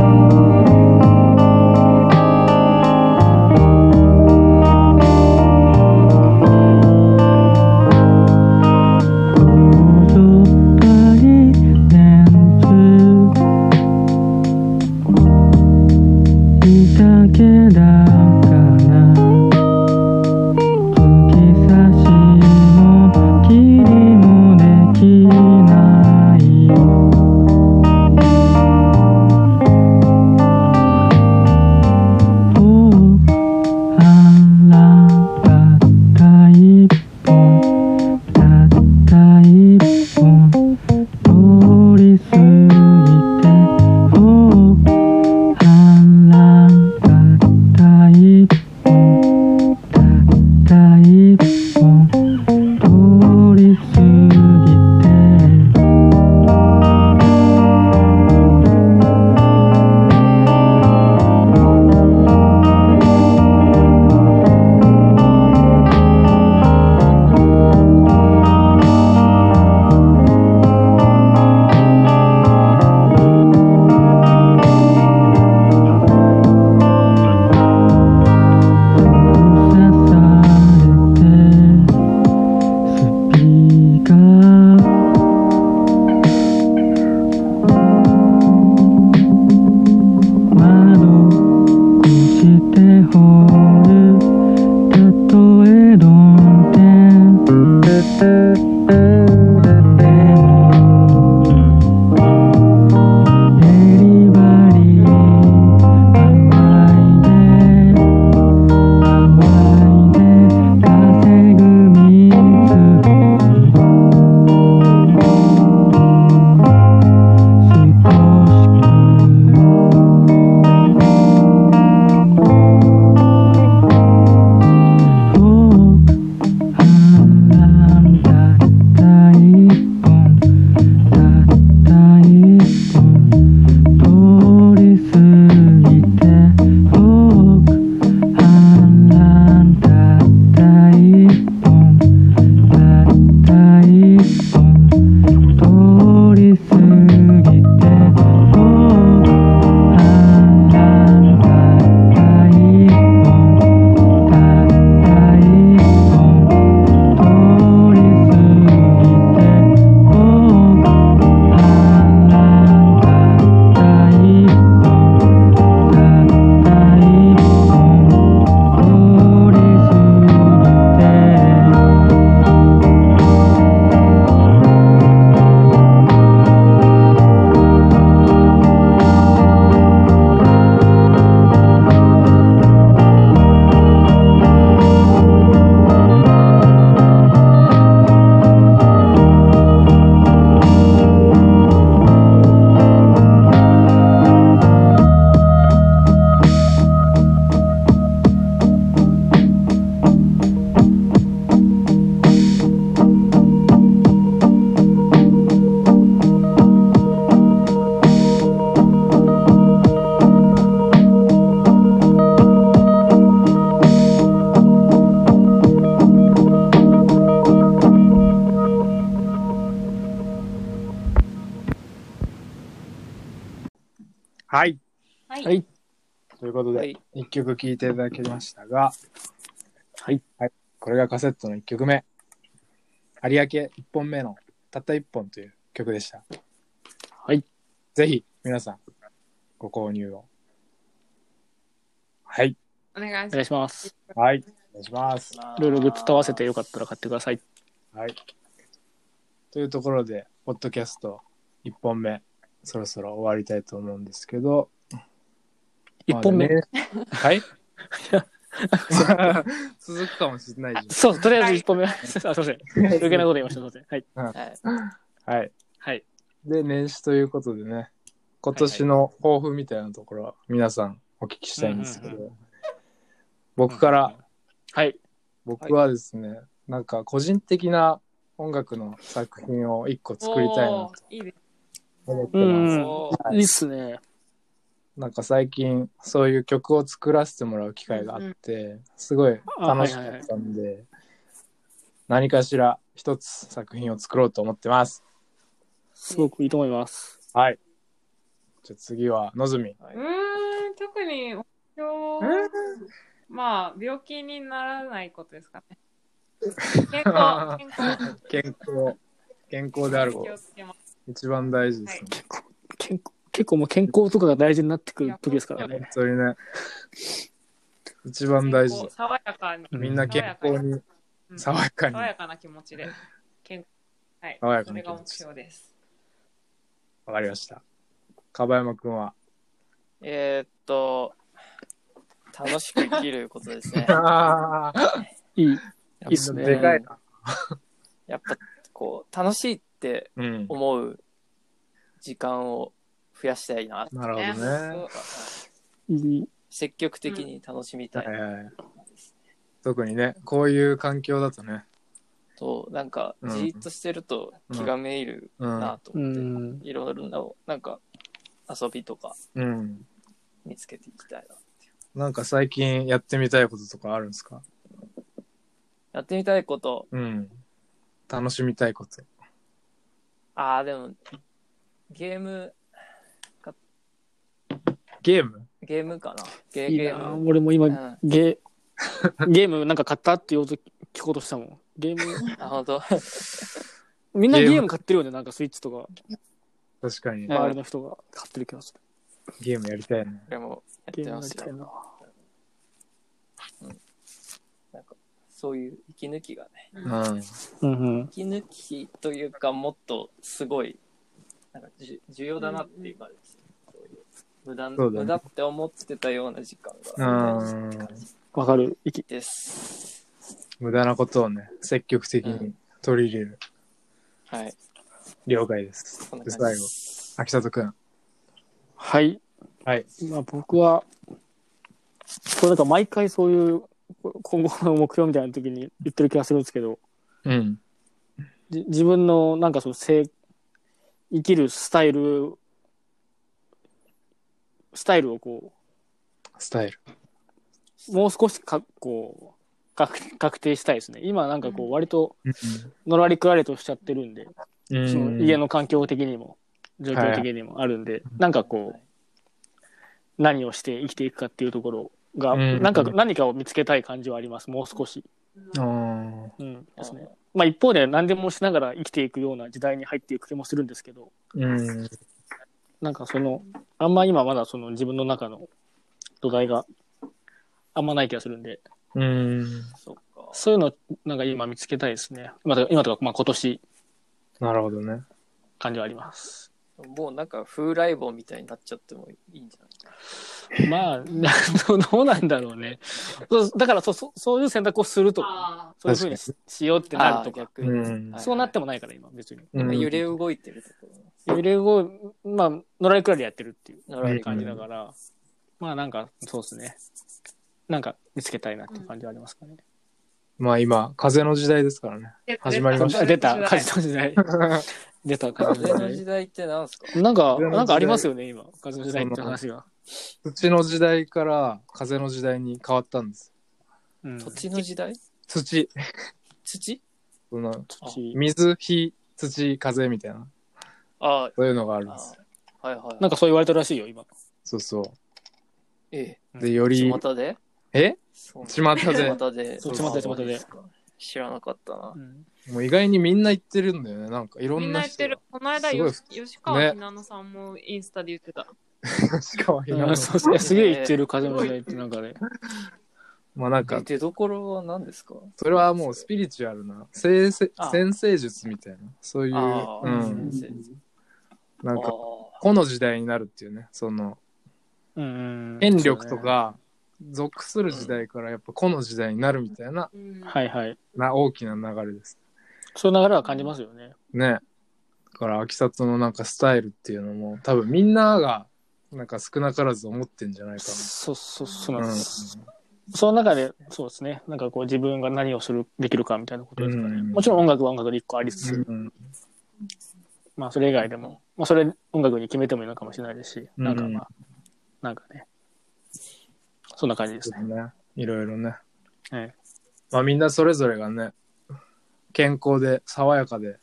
Speaker 2: 「はい。
Speaker 3: はい。
Speaker 4: はい
Speaker 2: ということ
Speaker 1: は
Speaker 2: で
Speaker 1: い、
Speaker 2: 一曲聴いていただきましたが、
Speaker 4: はい。
Speaker 2: これがカセットの一曲目。有明1本目の、たった1本という曲でした。
Speaker 4: はい。
Speaker 2: ぜひ、皆さん、ご購入を。はい。
Speaker 3: お願い
Speaker 4: お
Speaker 3: し
Speaker 4: 願
Speaker 3: ま
Speaker 4: いします。
Speaker 2: はい。お願いします。
Speaker 4: いろいろグッズと合わせてよかったら買ってください。
Speaker 2: はい。というところで、ポッドキャスト1本目、そろそろ終わりたいと思うんですけど。
Speaker 4: 一本目。
Speaker 2: まあねはい 続くかもしれないし。
Speaker 4: そう、とりあえ
Speaker 3: は
Speaker 4: ず
Speaker 3: い
Speaker 4: 一本目。あ、すいません。余計なこと言いました。すいません。はい。
Speaker 1: はい。
Speaker 2: はい。
Speaker 4: はい。
Speaker 2: で、年始ということでね、今年の抱負みたいなところは、皆さんお聞きしたいんですけ
Speaker 4: うんうん
Speaker 2: ど、僕から、
Speaker 4: はい。
Speaker 2: 僕はですね、なんか個人的な音楽の作品を一個
Speaker 3: す。
Speaker 2: 作りたいな
Speaker 3: お
Speaker 2: と
Speaker 3: ーいいです。
Speaker 2: 思って
Speaker 4: う
Speaker 2: ます。
Speaker 4: ん
Speaker 1: そ。
Speaker 2: う
Speaker 4: いいっすね。
Speaker 2: なんか最近そういう曲を作らせてもらう機会があって、すごい楽しかったんで、何かしら一つ作品を作ろうと思ってます。
Speaker 4: すごくいいと思います。
Speaker 2: はい。じゃあ次はのずみ。
Speaker 1: はいう
Speaker 3: ーん、特に目標、まあ、病気にならないことですかね。 健康、健康、
Speaker 2: 健康。健康である
Speaker 3: 気
Speaker 2: こ
Speaker 3: を
Speaker 2: と
Speaker 3: つけます。
Speaker 2: 一番大事ですね。
Speaker 4: 健康結構もう健康とかが大事になってくる時ですか
Speaker 2: い
Speaker 4: ら
Speaker 2: や
Speaker 4: ね
Speaker 2: 本。当にね。一番大事
Speaker 3: 健康。爽やかに、
Speaker 4: うん
Speaker 2: みんな健康に、
Speaker 3: うん
Speaker 2: 爽やかに
Speaker 3: 爽。やかな気持ちで。健はい、
Speaker 2: 爽やか
Speaker 3: そ
Speaker 2: な
Speaker 3: れ
Speaker 2: 気持
Speaker 3: が
Speaker 2: ち
Speaker 3: 目標です。
Speaker 2: わかりました。かばやまくんは。
Speaker 1: えーっと、楽しく生きることですね。
Speaker 2: ああ、
Speaker 4: いい。
Speaker 1: や
Speaker 4: いいっすね
Speaker 2: でかいな。
Speaker 1: やっぱこう、楽しいって
Speaker 2: うん。
Speaker 1: 思う時間を増やしたいな。
Speaker 2: なるほどね。
Speaker 3: そう
Speaker 4: いい。
Speaker 1: 積極的に楽しみたい。
Speaker 2: はいはいはい特にねこういう環境だとね、
Speaker 1: と、なんか、
Speaker 2: うん
Speaker 1: じーっとしてると気がめいる
Speaker 2: うん
Speaker 1: なと
Speaker 4: う
Speaker 1: 思って、
Speaker 4: ん。
Speaker 1: いろんな、なんか、遊びとか
Speaker 2: うん、
Speaker 1: 見つけていきたいな。
Speaker 2: なんか最近やってみたいこととかあるんですか、
Speaker 1: やってみたいこと、
Speaker 2: うん、楽しみたいこと
Speaker 1: ああ、でも、ゲーム、
Speaker 2: ゲーム
Speaker 1: ゲームかな。ゲ
Speaker 4: いい
Speaker 1: ゲ
Speaker 4: な
Speaker 1: ーム。
Speaker 4: 俺も今
Speaker 1: う、ん、
Speaker 4: ゲ、ゲームなんか買ったって言おうと聞こうとしたもん。ゲーム、
Speaker 1: あ、本当。
Speaker 4: みんな
Speaker 2: ゲ
Speaker 4: ゲ
Speaker 2: ーム
Speaker 4: ーム買ってるよね。なんかスイッチとか、
Speaker 2: 確かに
Speaker 1: ん
Speaker 4: 周りの人が買ってる気がする。
Speaker 2: ゲームやりたいね
Speaker 1: でも、やっ
Speaker 4: ゲ
Speaker 1: て
Speaker 4: ーム
Speaker 1: ま
Speaker 4: やり
Speaker 1: す
Speaker 4: たい
Speaker 1: よ。
Speaker 4: な。
Speaker 1: そういう息抜きがね。
Speaker 2: う
Speaker 3: うん
Speaker 2: ん
Speaker 4: うんうん。
Speaker 1: 息抜きというか、もっとすごい、なんかじゅ重要だなっていう感じですね。そういう無駄、
Speaker 2: そうだね
Speaker 1: 無駄って思ってたような時間が
Speaker 2: う。ん
Speaker 4: わかる。いき
Speaker 1: です。
Speaker 2: 無駄なことをね積極的に取り入れる、
Speaker 1: はい。
Speaker 2: 了解です
Speaker 1: そんな
Speaker 2: で
Speaker 1: 感
Speaker 2: 最
Speaker 1: じ
Speaker 2: 後
Speaker 1: です。
Speaker 2: 秋里くん
Speaker 4: はい。
Speaker 2: はい
Speaker 4: まあ、僕は、これなんか毎回そういうこ今後の目標みたいな時に言ってる気がするんですけど、
Speaker 2: うん
Speaker 4: じ自分のなんかその生生きるスタイル、スタイルをこ
Speaker 2: スタイル
Speaker 4: う、もう少しかこう確確定したいですね。今なんかこ
Speaker 3: う
Speaker 4: うん割とのらりくらりとしちゃってるんで、
Speaker 2: う
Speaker 4: その家の環境的にも、状況的にもあるんで、なんかこう、
Speaker 1: はい
Speaker 4: 何をして生きていくかっていうところが、
Speaker 2: うん
Speaker 4: なんか何かを見つけたい感じはありますもう少し、
Speaker 2: あー
Speaker 4: うんですねまあ、一方で何でもしながら生きていくような時代に入っていく気もするんですけど
Speaker 2: うん
Speaker 4: なんかそのあんま今まだその自分の中の土台があんまない気がするんで
Speaker 2: うん
Speaker 1: そっか。
Speaker 4: そういうのなんか今見つけたいですね今とか今とか、まあ、今年
Speaker 2: なるほどね
Speaker 4: 感じはあります
Speaker 1: もうなんか風来坊みたいになっちゃってもいいんじゃない
Speaker 4: まあ どうなんだろうねそうだからそそそういう選択をするとか
Speaker 3: あ
Speaker 4: そういうふうにししようってなると
Speaker 1: あー
Speaker 4: か
Speaker 1: 逆に、
Speaker 2: うん
Speaker 1: はい
Speaker 4: そうなってもないから今別に。
Speaker 1: 今揺れ
Speaker 2: を
Speaker 1: 動いてるところ
Speaker 4: 揺れを、まあ、のらりくらりやってるっていう
Speaker 1: のらりくら
Speaker 4: 感
Speaker 1: り
Speaker 4: じだから、まあなんか、そうですね。なんか見つけたいなっていう感じはありますかね。
Speaker 2: まあ今風の時代ですからね
Speaker 3: ー
Speaker 2: 始まりまし
Speaker 4: あ出た、
Speaker 3: 風
Speaker 4: 風の時 代。出た、風の
Speaker 1: 風の
Speaker 4: 時
Speaker 1: 時代ってなんですか
Speaker 4: 代。なんか、
Speaker 2: 風の時代
Speaker 4: なんかありますよね、今。風の時代って話が。
Speaker 2: 土の時代から風の時代に変わったんです。
Speaker 4: うん、
Speaker 1: 土地の時代
Speaker 2: 土、
Speaker 1: 土
Speaker 2: その
Speaker 4: 土
Speaker 2: 水、火、土、風みたいな、
Speaker 1: あ
Speaker 2: そういうのがあるん
Speaker 1: あ
Speaker 2: です。
Speaker 1: はいはい。
Speaker 4: な
Speaker 1: か、
Speaker 4: んかそう言われたらしいよ、今。
Speaker 2: そうそ
Speaker 1: え
Speaker 2: う。で、よ
Speaker 1: え、
Speaker 2: り、
Speaker 1: 巷で
Speaker 2: え
Speaker 1: そう
Speaker 2: 巷で
Speaker 1: 巷で。
Speaker 4: そう
Speaker 2: 巷で
Speaker 1: そう
Speaker 4: 巷で
Speaker 1: ですか知らなかったな
Speaker 4: う。ん
Speaker 2: もう意外にみんな言ってるんだよね。なんかいろ
Speaker 3: みん
Speaker 2: ん
Speaker 3: な
Speaker 2: な
Speaker 3: 言っ
Speaker 2: 人
Speaker 3: てる
Speaker 2: が。。
Speaker 3: この間
Speaker 2: すごい
Speaker 3: よし、吉川ひなのさんもインスタで言ってた。
Speaker 2: しかも
Speaker 4: う
Speaker 2: ひ
Speaker 4: ん
Speaker 2: なの
Speaker 4: そうそういやすげえ言ってる風の時代ってなんかね。
Speaker 2: まあなんか、
Speaker 1: 出どころは何ですか
Speaker 2: それはもうスピリチュアルな、先生
Speaker 1: あ
Speaker 2: 先生術みたいな、そういう、
Speaker 1: あ
Speaker 2: う
Speaker 1: ー
Speaker 2: ん、
Speaker 1: 先
Speaker 2: な
Speaker 1: あ
Speaker 2: んか、
Speaker 1: ー
Speaker 2: この時代になるっていうね、その、
Speaker 4: うんうん
Speaker 2: 権力と。か、属する時代からやっぱこの時代になるみたいな、
Speaker 3: うん
Speaker 4: そうねはいはい。
Speaker 2: な大きな流れです。
Speaker 4: そういう流れは感じますよね。
Speaker 2: ね。だから、秋里のなんかスタイルっていうのも、多分みんなが、なんか少なからず思ってんじゃないか
Speaker 4: そうそうそう
Speaker 2: な。
Speaker 4: なん
Speaker 2: う
Speaker 4: で
Speaker 2: ん
Speaker 4: す。その中で、そうですね。なんかこう自分が何をする、できるかみたいなことですかね。
Speaker 2: うん
Speaker 4: もちろん音楽は音楽で一個ありつつ、
Speaker 2: うん
Speaker 4: まあそれ以外でも、まあそれ音楽に決めてもいいのかもしれないですし、
Speaker 2: うん
Speaker 4: なんかまあ、なんかね。そんな感じです
Speaker 2: そ
Speaker 4: ね。
Speaker 2: うだね。いろいろね。
Speaker 4: はい
Speaker 2: まあみんなそれぞれがね、健康で爽やかで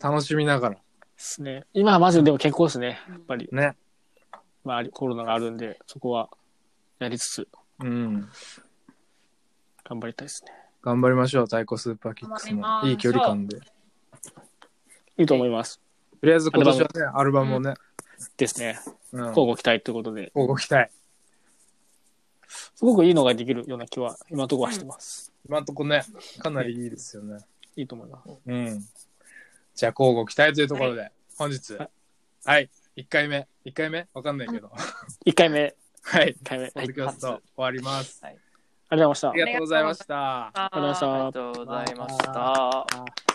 Speaker 2: 楽しみながら
Speaker 4: ですね。今はまずでも健康ですね。
Speaker 3: うん
Speaker 4: やっぱり、
Speaker 2: ね。
Speaker 4: まあコロナがあるんで、そこはやりつつ
Speaker 2: うん。
Speaker 4: 頑張りたいですね。
Speaker 2: 頑張りましょう、太鼓スーパーキックス
Speaker 3: 頑
Speaker 2: も。
Speaker 3: 張りましょう
Speaker 2: いい距離感で。と
Speaker 4: いいと思います。
Speaker 2: りあえず今年はね、アルバムをね、
Speaker 4: ですね。
Speaker 2: うん。
Speaker 4: 交互期待ということで、
Speaker 2: こうご期待。
Speaker 4: すごくいいのができるような気は、今のところはしてます。
Speaker 2: 今んとこね、かなりいいですよね。
Speaker 4: いいと思います。
Speaker 2: うん。じゃあ、交互期待というところで、本日、
Speaker 4: は
Speaker 2: はい、1回目、1回目わかんないけど、
Speaker 4: 1回目、
Speaker 2: はい、
Speaker 4: 1回目、あり
Speaker 2: ポッドキャ
Speaker 4: がと
Speaker 2: スト終わります。
Speaker 1: はい
Speaker 4: うございました。
Speaker 2: ありがとうございました。
Speaker 4: ありがとうございました
Speaker 1: ありがとうございました。